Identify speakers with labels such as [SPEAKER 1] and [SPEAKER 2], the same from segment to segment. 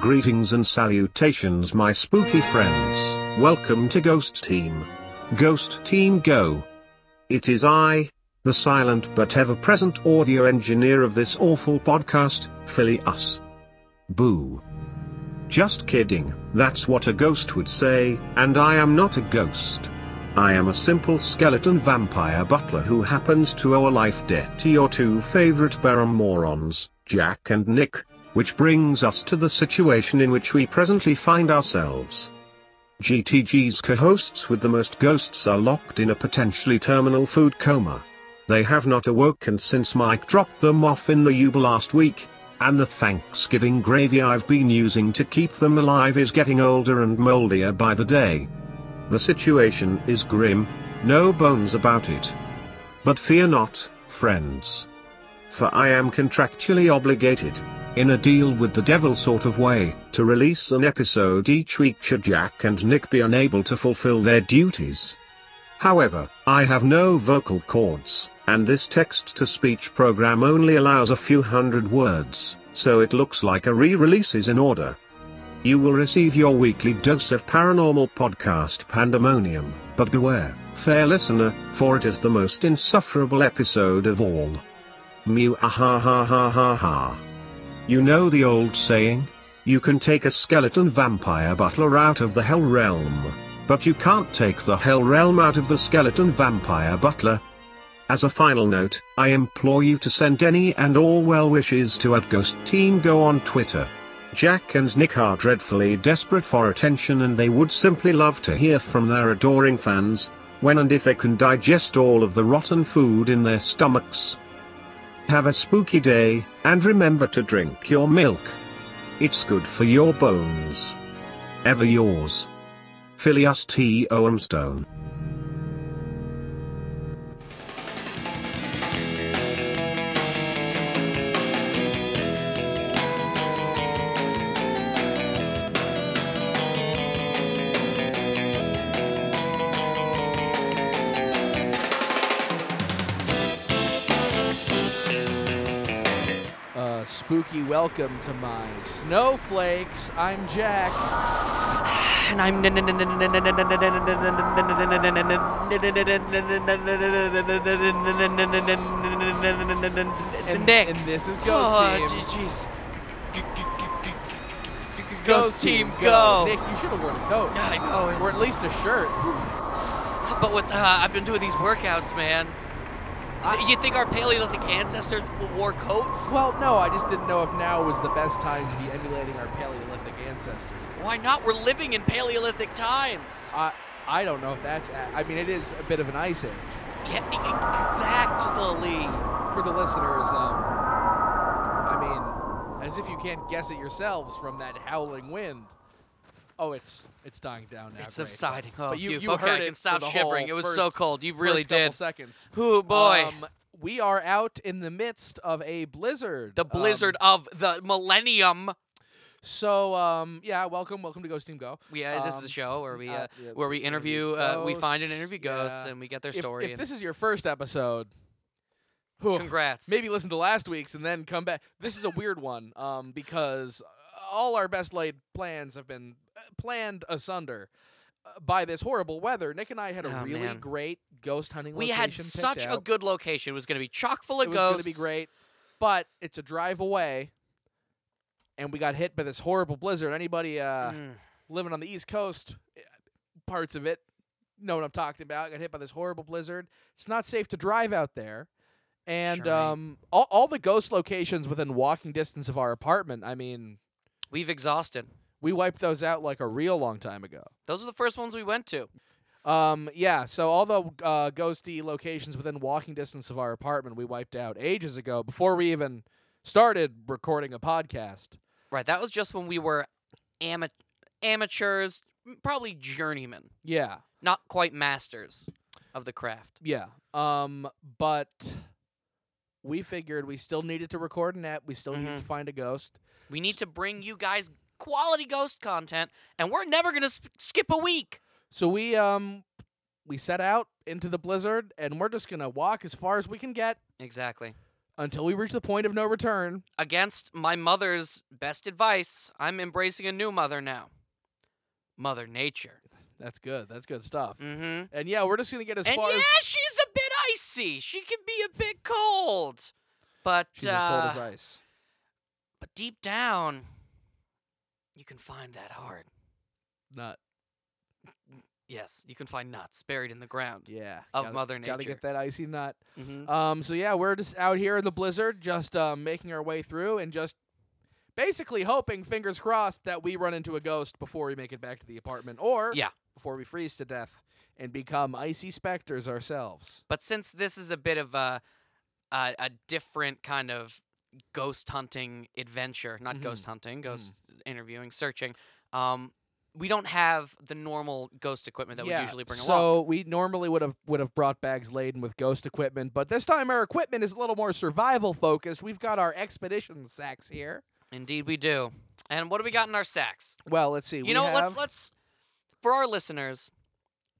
[SPEAKER 1] Greetings and salutations, my spooky friends. Welcome to Ghost Team. Ghost Team Go. It is I, the silent but ever present audio engineer of this awful podcast, Philly Us. Boo. Just kidding, that's what a ghost would say, and I am not a ghost. I am a simple skeleton vampire butler who happens to owe a life debt to your two favorite Baron morons, Jack and Nick, which brings us to the situation in which we presently find ourselves. GTG's co-hosts with the most ghosts are locked in a potentially terminal food coma. They have not awoken since Mike dropped them off in the Uber last week, and the Thanksgiving gravy I've been using to keep them alive is getting older and moldier by the day. The situation is grim, no bones about it. But fear not, friends. For I am contractually obligated, in a deal with the devil sort of way, to release an episode each week should Jack and Nick be unable to fulfill their duties. However, I have no vocal cords, and this text to speech program only allows a few hundred words, so it looks like a re release is in order. You will receive your weekly dose of paranormal podcast pandemonium, but beware, fair listener, for it is the most insufferable episode of all. Mew ah ha ha ha ha ha. You know the old saying? You can take a skeleton vampire butler out of the hell realm, but you can't take the hell realm out of the skeleton vampire butler. As a final note, I implore you to send any and all well wishes to at Ghost Team Go on Twitter. Jack and Nick are dreadfully desperate for attention and they would simply love to hear from their adoring fans, when and if they can digest all of the rotten food in their stomachs. Have a spooky day, and remember to drink your milk. It's good for your bones. Ever yours. Phileas T. Oemstone.
[SPEAKER 2] A spooky welcome to my snowflakes. I'm Jack.
[SPEAKER 3] And I'm
[SPEAKER 2] And,
[SPEAKER 3] Nick.
[SPEAKER 2] And this is Ghost
[SPEAKER 3] Oh,
[SPEAKER 2] Team.
[SPEAKER 3] gee, jeez. Ghost Team Go.
[SPEAKER 2] Nick, you should have worn a coat.
[SPEAKER 3] I know,
[SPEAKER 2] Or at
[SPEAKER 3] it's-
[SPEAKER 2] least a shirt.
[SPEAKER 3] But with uh, I've been doing these workouts, man.
[SPEAKER 2] I-
[SPEAKER 3] Do you think our Paleolithic ancestors w- wore coats?
[SPEAKER 2] Well, no, I just didn't know if now was the best time to be emulating our Paleolithic ancestors.
[SPEAKER 3] Why not? We're living in Paleolithic times.
[SPEAKER 2] I I don't know if that's. a- I mean, it is a bit of an ice age.
[SPEAKER 3] Yeah, e- exactly.
[SPEAKER 2] For the listeners, um, I mean, as if you can't guess it yourselves from that howling wind. Oh, it's it's dying down now.
[SPEAKER 3] It's
[SPEAKER 2] great.
[SPEAKER 3] subsiding.
[SPEAKER 2] But
[SPEAKER 3] Oh,
[SPEAKER 2] you,
[SPEAKER 3] phew.
[SPEAKER 2] you
[SPEAKER 3] Okay,
[SPEAKER 2] heard
[SPEAKER 3] I
[SPEAKER 2] it
[SPEAKER 3] can
[SPEAKER 2] for
[SPEAKER 3] stop
[SPEAKER 2] the
[SPEAKER 3] shivering.
[SPEAKER 2] whole
[SPEAKER 3] It was
[SPEAKER 2] first-
[SPEAKER 3] so cold. You really
[SPEAKER 2] first couple
[SPEAKER 3] did.
[SPEAKER 2] Seconds.
[SPEAKER 3] Oh, boy.
[SPEAKER 2] Um, we are out in the midst of a blizzard.
[SPEAKER 3] The
[SPEAKER 2] Um,
[SPEAKER 3] blizzard of the millennium.
[SPEAKER 2] so, um, yeah, welcome, welcome to Ghost Team Go.
[SPEAKER 3] Yeah, this is a
[SPEAKER 2] Um,
[SPEAKER 3] show where we
[SPEAKER 2] uh,
[SPEAKER 3] uh,
[SPEAKER 2] yeah,
[SPEAKER 3] where we interview, uh, we find and interview ghosts,
[SPEAKER 2] yeah.
[SPEAKER 3] and we get their
[SPEAKER 2] If,
[SPEAKER 3] story.
[SPEAKER 2] if
[SPEAKER 3] and
[SPEAKER 2] this is your first episode, whew,
[SPEAKER 3] congrats.
[SPEAKER 2] maybe listen to last week's and then come back. This is a weird one um, because all our best laid plans have been uh, planned asunder uh, by this horrible weather. Nick and I had a
[SPEAKER 3] Oh,
[SPEAKER 2] really
[SPEAKER 3] man.
[SPEAKER 2] great ghost hunting.
[SPEAKER 3] we had
[SPEAKER 2] location picked
[SPEAKER 3] such a
[SPEAKER 2] out.
[SPEAKER 3] good location. It was going to be chock full
[SPEAKER 2] it
[SPEAKER 3] of
[SPEAKER 2] was
[SPEAKER 3] ghosts.
[SPEAKER 2] gonna be great, but it's a drive away, and we got hit by this horrible blizzard. Anybody uh,
[SPEAKER 3] Mm.
[SPEAKER 2] living on the East Coast, eh, parts of it, know what I'm talking about. Got hit by this horrible blizzard. It's not safe to drive out there, and
[SPEAKER 3] Sure ain't.
[SPEAKER 2] um, all, all the ghost locations within walking distance of our apartment. I mean,
[SPEAKER 3] We've exhausted.
[SPEAKER 2] we wiped those out like a real long time ago.
[SPEAKER 3] Those are the first ones we went to.
[SPEAKER 2] Um, yeah, so all the uh, ghosty locations within walking distance of our apartment we wiped out ages ago before we even started recording a podcast.
[SPEAKER 3] Right. That was just when we were ama- amateurs, m- probably journeymen,
[SPEAKER 2] Yeah,
[SPEAKER 3] not quite masters of the craft.
[SPEAKER 2] yeah. Um, but we figured we still needed to record an app. We still needed
[SPEAKER 3] Mhm.
[SPEAKER 2] to find a ghost.
[SPEAKER 3] We need to bring you guys quality ghost content, and we're never going to sp- skip a week.
[SPEAKER 2] So we um we set out into the blizzard, and we're just gonna walk as far as we can get.
[SPEAKER 3] Exactly.
[SPEAKER 2] until we reach the point of no return.
[SPEAKER 3] Against my mother's best advice, I'm embracing a new mother now. Mother Nature.
[SPEAKER 2] That's good. That's good stuff.
[SPEAKER 3] Mm-hmm.
[SPEAKER 2] And yeah, we're just gonna get as
[SPEAKER 3] and
[SPEAKER 2] far
[SPEAKER 3] yeah,
[SPEAKER 2] as
[SPEAKER 3] she's a bit icy. She can be a bit cold. But
[SPEAKER 2] she's
[SPEAKER 3] uh,
[SPEAKER 2] as cold as ice.
[SPEAKER 3] but deep down, you can find that heart.
[SPEAKER 2] Nut.
[SPEAKER 3] Yes, you can find nuts buried in the ground
[SPEAKER 2] Yeah.
[SPEAKER 3] of
[SPEAKER 2] gotta,
[SPEAKER 3] Mother Nature.
[SPEAKER 2] Gotta get that icy nut.
[SPEAKER 3] hmm
[SPEAKER 2] Um. So yeah, we're just out here in the blizzard, just um, making our way through, and just basically hoping, fingers crossed, that we run into a ghost before we make it back to the apartment, or
[SPEAKER 3] Yeah.
[SPEAKER 2] before we freeze to death and become icy specters ourselves.
[SPEAKER 3] But since this is a bit of a a, a different kind of ghost hunting adventure, not ghost
[SPEAKER 2] Mm-hmm.
[SPEAKER 3] hunting, ghost
[SPEAKER 2] Mm.
[SPEAKER 3] interviewing, searching, um, we don't have the normal ghost equipment that
[SPEAKER 2] yeah.
[SPEAKER 3] we usually bring
[SPEAKER 2] so
[SPEAKER 3] along.
[SPEAKER 2] we normally would have would have brought bags laden with ghost equipment, but this time our equipment is a little more survival focused. We've got our expedition sacks here.
[SPEAKER 3] Indeed, we do. And what do we got in our sacks?
[SPEAKER 2] Well, let's see.
[SPEAKER 3] You
[SPEAKER 2] we
[SPEAKER 3] know,
[SPEAKER 2] have,
[SPEAKER 3] let's let's for our listeners,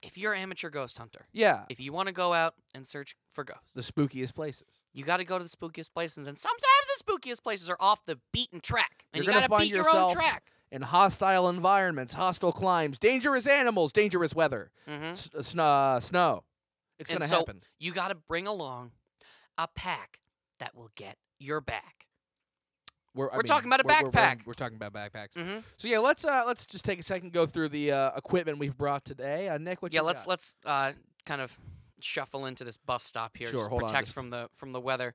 [SPEAKER 3] if you're an amateur ghost hunter,
[SPEAKER 2] yeah,
[SPEAKER 3] if you want to go out and search for ghosts,
[SPEAKER 2] the spookiest places.
[SPEAKER 3] you got to go to the spookiest places, and sometimes the spookiest places are off the beaten track, and
[SPEAKER 2] You're
[SPEAKER 3] you
[SPEAKER 2] gonna
[SPEAKER 3] got to
[SPEAKER 2] find
[SPEAKER 3] beat your own
[SPEAKER 2] yourself-
[SPEAKER 3] track.
[SPEAKER 2] in hostile environments, hostile climbs, dangerous animals, dangerous weather,
[SPEAKER 3] Mm-hmm.
[SPEAKER 2] s- uh, sn- uh, snow. It's
[SPEAKER 3] And
[SPEAKER 2] going to
[SPEAKER 3] so-
[SPEAKER 2] happen.
[SPEAKER 3] You got to bring along a pack that will get your back.
[SPEAKER 2] We're, I
[SPEAKER 3] we're talking about a
[SPEAKER 2] we're- we're- we're-
[SPEAKER 3] backpack.
[SPEAKER 2] We're, talking about backpacks.
[SPEAKER 3] Mm-hmm.
[SPEAKER 2] So yeah, let's uh, let's just take a second go through the uh, equipment we've brought today. Uh, Nick, what
[SPEAKER 3] Yeah,
[SPEAKER 2] you
[SPEAKER 3] let's
[SPEAKER 2] got?
[SPEAKER 3] let's uh, kind of shuffle into this bus stop here.
[SPEAKER 2] Sure,
[SPEAKER 3] just
[SPEAKER 2] hold on,
[SPEAKER 3] protect
[SPEAKER 2] just-
[SPEAKER 3] from the from the weather.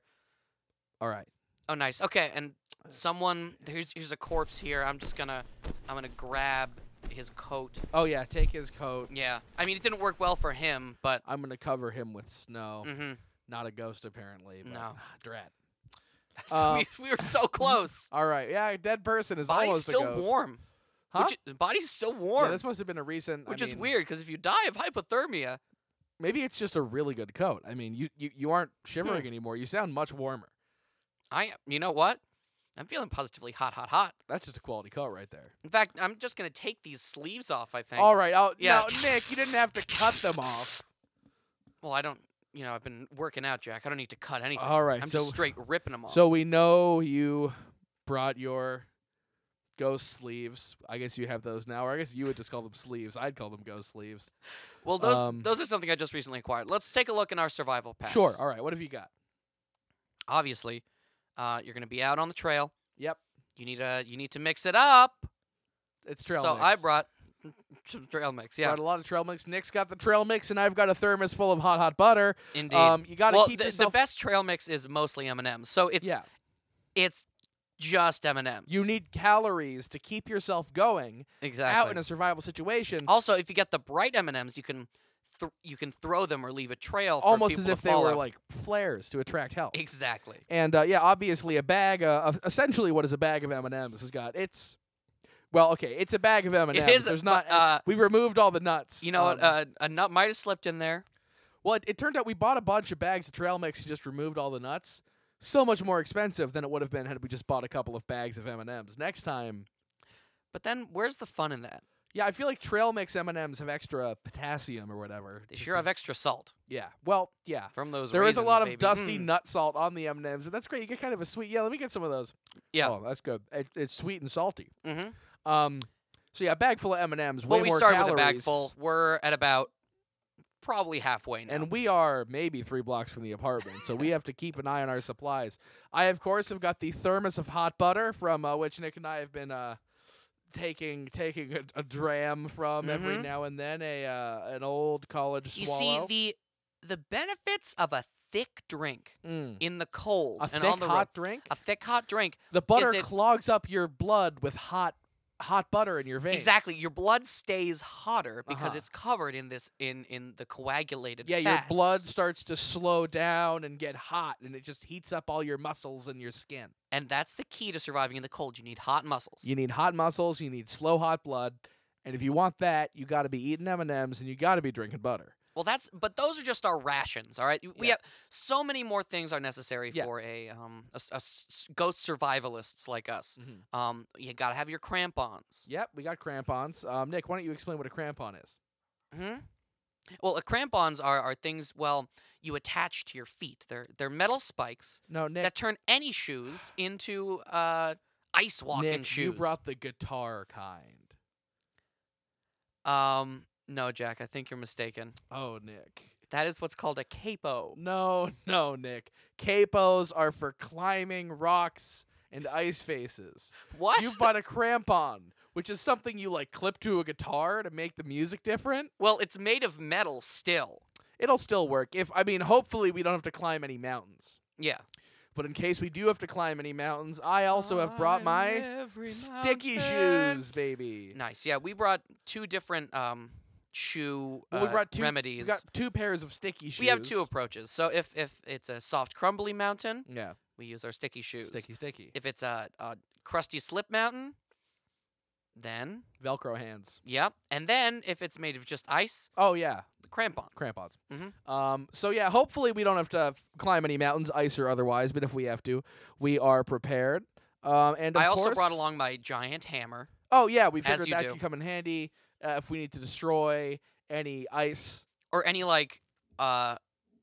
[SPEAKER 2] All right.
[SPEAKER 3] Oh, nice. Okay, and someone here's here's a corpse here. I'm just gonna I'm gonna grab his coat.
[SPEAKER 2] Oh yeah, take his coat.
[SPEAKER 3] Yeah, I mean it didn't work well for him, but
[SPEAKER 2] I'm going to cover him with snow.
[SPEAKER 3] hmm
[SPEAKER 2] Not a ghost apparently. But
[SPEAKER 3] No.
[SPEAKER 2] Drat.
[SPEAKER 3] so
[SPEAKER 2] Uh,
[SPEAKER 3] we, we were so close.
[SPEAKER 2] All right. Yeah, a dead person is
[SPEAKER 3] Body's
[SPEAKER 2] almost
[SPEAKER 3] still
[SPEAKER 2] a ghost.
[SPEAKER 3] warm.
[SPEAKER 2] Huh?
[SPEAKER 3] Which, the body's still warm,
[SPEAKER 2] Yeah, this must have been a recent. I
[SPEAKER 3] which is
[SPEAKER 2] mean,
[SPEAKER 3] weird because if you die of hypothermia,
[SPEAKER 2] Maybe it's just a really good coat. I mean, you you, you aren't
[SPEAKER 3] Hmm.
[SPEAKER 2] shivering anymore. You sound much warmer.
[SPEAKER 3] I you know what? I'm feeling positively hot, hot, hot.
[SPEAKER 2] That's just a quality coat right there.
[SPEAKER 3] In fact, I'm just gonna take these sleeves off. I think.
[SPEAKER 2] All right. Oh,
[SPEAKER 3] Yeah.
[SPEAKER 2] now, Nick, you didn't have to cut them off.
[SPEAKER 3] Well, I don't. You know, I've been working out, Jack. I don't need to cut anything.
[SPEAKER 2] All right.
[SPEAKER 3] I'm
[SPEAKER 2] so,
[SPEAKER 3] just straight ripping them off.
[SPEAKER 2] so we know you brought your ghost sleeves. I guess you have those now, or I guess you would just call them sleeves. I'd call them ghost sleeves.
[SPEAKER 3] well, those
[SPEAKER 2] um,
[SPEAKER 3] those are something I just recently acquired. Let's take a look in our survival packs.
[SPEAKER 2] Sure. All right. What have you got?
[SPEAKER 3] Obviously, uh, you're gonna be out on the trail.
[SPEAKER 2] Yep.
[SPEAKER 3] You need a you need to mix it up.
[SPEAKER 2] It's trail
[SPEAKER 3] so
[SPEAKER 2] mix.
[SPEAKER 3] I brought some trail mix. Yeah,
[SPEAKER 2] Brought a lot of trail mix. Nick's got the trail mix, and I've got a thermos full of hot, hot butter.
[SPEAKER 3] indeed.
[SPEAKER 2] Um, you got to
[SPEAKER 3] well,
[SPEAKER 2] keep
[SPEAKER 3] the,
[SPEAKER 2] yourself.
[SPEAKER 3] the best trail mix is mostly M and M's. So it's
[SPEAKER 2] yeah.
[SPEAKER 3] it's just M and M's.
[SPEAKER 2] You need calories to keep yourself going
[SPEAKER 3] exactly
[SPEAKER 2] out in a survival situation.
[SPEAKER 3] Also, if you get the bright M and M's, you can th- you can throw them or leave a trail. For
[SPEAKER 2] Almost
[SPEAKER 3] people
[SPEAKER 2] as
[SPEAKER 3] to
[SPEAKER 2] if they were
[SPEAKER 3] follow.
[SPEAKER 2] like flares to attract help.
[SPEAKER 3] exactly.
[SPEAKER 2] And uh, yeah, obviously a bag uh, of essentially what is a bag of M and M's has got it's well okay it's a bag of M and
[SPEAKER 3] is,
[SPEAKER 2] M's. There's not
[SPEAKER 3] but, uh,
[SPEAKER 2] we removed all the nuts.
[SPEAKER 3] You know,
[SPEAKER 2] um,
[SPEAKER 3] what uh, a nut might have slipped in there.
[SPEAKER 2] well, it, it turned out we bought a bunch of bags of trail mix and just removed all the nuts. So much more expensive than it would have been had we just bought a couple of bags of M and M's. Next time,
[SPEAKER 3] But then, where's the fun in that?
[SPEAKER 2] yeah, I feel like trail mix M and M's have extra potassium or whatever.
[SPEAKER 3] They
[SPEAKER 2] just
[SPEAKER 3] sure
[SPEAKER 2] to-
[SPEAKER 3] have extra salt
[SPEAKER 2] yeah. Well, yeah.
[SPEAKER 3] from those.
[SPEAKER 2] There is a
[SPEAKER 3] raisins,
[SPEAKER 2] lot of
[SPEAKER 3] baby.
[SPEAKER 2] dusty
[SPEAKER 3] Mm.
[SPEAKER 2] nut salt on the M and M's, but that's great. You get kind of a sweet. Yeah, let me get some of those.
[SPEAKER 3] Yeah.
[SPEAKER 2] oh, that's good. It, it's sweet and salty.
[SPEAKER 3] Mhm.
[SPEAKER 2] Um, so yeah, a bag full of M and M's.
[SPEAKER 3] Well,
[SPEAKER 2] way
[SPEAKER 3] we
[SPEAKER 2] more
[SPEAKER 3] started
[SPEAKER 2] calories,
[SPEAKER 3] with a bag full. We're at about probably halfway now.
[SPEAKER 2] and we are maybe three blocks from the apartment, so we have to keep an eye on our supplies. I, of course, have got the thermos of hot butter from uh, which Nick and I have been uh, taking taking a, a dram from every
[SPEAKER 3] Mhm.
[SPEAKER 2] now and then. A uh, an old college
[SPEAKER 3] you see
[SPEAKER 2] swallow.
[SPEAKER 3] the the benefits of a thick drink
[SPEAKER 2] Mm.
[SPEAKER 3] in the cold
[SPEAKER 2] A
[SPEAKER 3] and
[SPEAKER 2] thick
[SPEAKER 3] on the road.
[SPEAKER 2] hot drink.
[SPEAKER 3] A thick hot drink.
[SPEAKER 2] The butter
[SPEAKER 3] it-
[SPEAKER 2] clogs up your blood with hot hot butter in your veins.
[SPEAKER 3] Exactly. Your blood stays hotter because
[SPEAKER 2] Uh-huh.
[SPEAKER 3] it's covered in this in in the coagulated
[SPEAKER 2] Yeah,
[SPEAKER 3] fats.
[SPEAKER 2] your blood starts to slow down and get hot and it just heats up all your muscles and your skin.
[SPEAKER 3] And that's the key to surviving in the cold. You need hot muscles.
[SPEAKER 2] You need hot muscles, you need slow hot blood, and if you want that, you got to be eating M&Ms and you got to be drinking butter.
[SPEAKER 3] Well, that's but those are just our rations, all right? You- We
[SPEAKER 2] Yeah.
[SPEAKER 3] have so many more things are necessary
[SPEAKER 2] Yeah.
[SPEAKER 3] for a um a, s- a s- ghost survivalists like us.
[SPEAKER 2] Mhm.
[SPEAKER 3] Um you got to have your crampons.
[SPEAKER 2] Yep, we got crampons. Um, Nick, why don't you explain what a crampon is?
[SPEAKER 3] Hmm? Well, uh, crampons are, are things, well, you attach to your feet. They're, they're metal spikes
[SPEAKER 2] No, Nick.
[SPEAKER 3] that turn any shoes into uh, ice walking
[SPEAKER 2] Nick,
[SPEAKER 3] shoes.
[SPEAKER 2] You brought the guitar kind.
[SPEAKER 3] um, no, Jack, I think you're mistaken.
[SPEAKER 2] Oh, Nick.
[SPEAKER 3] That is what's called a capo.
[SPEAKER 2] No, no, Nick. Capos are for climbing rocks and ice faces.
[SPEAKER 3] What?
[SPEAKER 2] You bought a crampon, which is something you like clip to a guitar to make the music different.
[SPEAKER 3] well, it's made of metal still.
[SPEAKER 2] It'll still work. If I mean, hopefully we don't have to climb any mountains.
[SPEAKER 3] Yeah.
[SPEAKER 2] But in case we do have to climb any mountains, I also have brought my sticky shoes, baby.
[SPEAKER 3] Nice. Yeah, we brought two different um, shoe
[SPEAKER 2] Well, we
[SPEAKER 3] uh,
[SPEAKER 2] brought two- We
[SPEAKER 3] remedies.
[SPEAKER 2] got two pairs of sticky shoes.
[SPEAKER 3] We have two approaches. So if, if it's a soft, crumbly mountain,
[SPEAKER 2] Yeah,
[SPEAKER 3] we use our sticky shoes.
[SPEAKER 2] sticky, sticky.
[SPEAKER 3] If it's a, a crusty slip mountain, then
[SPEAKER 2] Velcro hands.
[SPEAKER 3] yep. And then if it's made of just ice,
[SPEAKER 2] Oh yeah,
[SPEAKER 3] the crampons.
[SPEAKER 2] crampons.
[SPEAKER 3] Mhm.
[SPEAKER 2] Um, so yeah, hopefully we don't have to f- climb any mountains, ice or otherwise. But if we have to, we are prepared. Um, and of
[SPEAKER 3] I also brought
[SPEAKER 2] course-
[SPEAKER 3] along my giant hammer.
[SPEAKER 2] Oh yeah, we
[SPEAKER 3] As
[SPEAKER 2] figured
[SPEAKER 3] you
[SPEAKER 2] that
[SPEAKER 3] do.
[SPEAKER 2] could come in handy uh, if we need to destroy any ice.
[SPEAKER 3] or any like uh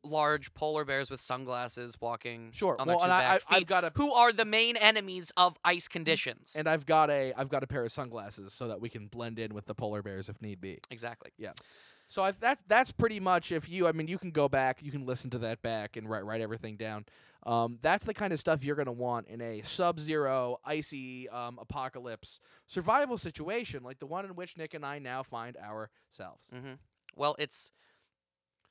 [SPEAKER 3] large polar bears with sunglasses walking
[SPEAKER 2] Sure.
[SPEAKER 3] on
[SPEAKER 2] well,
[SPEAKER 3] their two
[SPEAKER 2] and I, I,
[SPEAKER 3] back
[SPEAKER 2] I've
[SPEAKER 3] feet,
[SPEAKER 2] got a
[SPEAKER 3] who are the main enemies of ice conditions.
[SPEAKER 2] and I've got a I've got a pair of sunglasses so that we can blend in with the polar bears if need be.
[SPEAKER 3] exactly.
[SPEAKER 2] So I, that that's pretty much if you I mean you can go back you can listen to that back and write write everything down. Um, that's the kind of stuff you're gonna want in a sub-zero icy um, apocalypse survival situation like the one in which Nick and I now find ourselves.
[SPEAKER 3] hmm Well, it's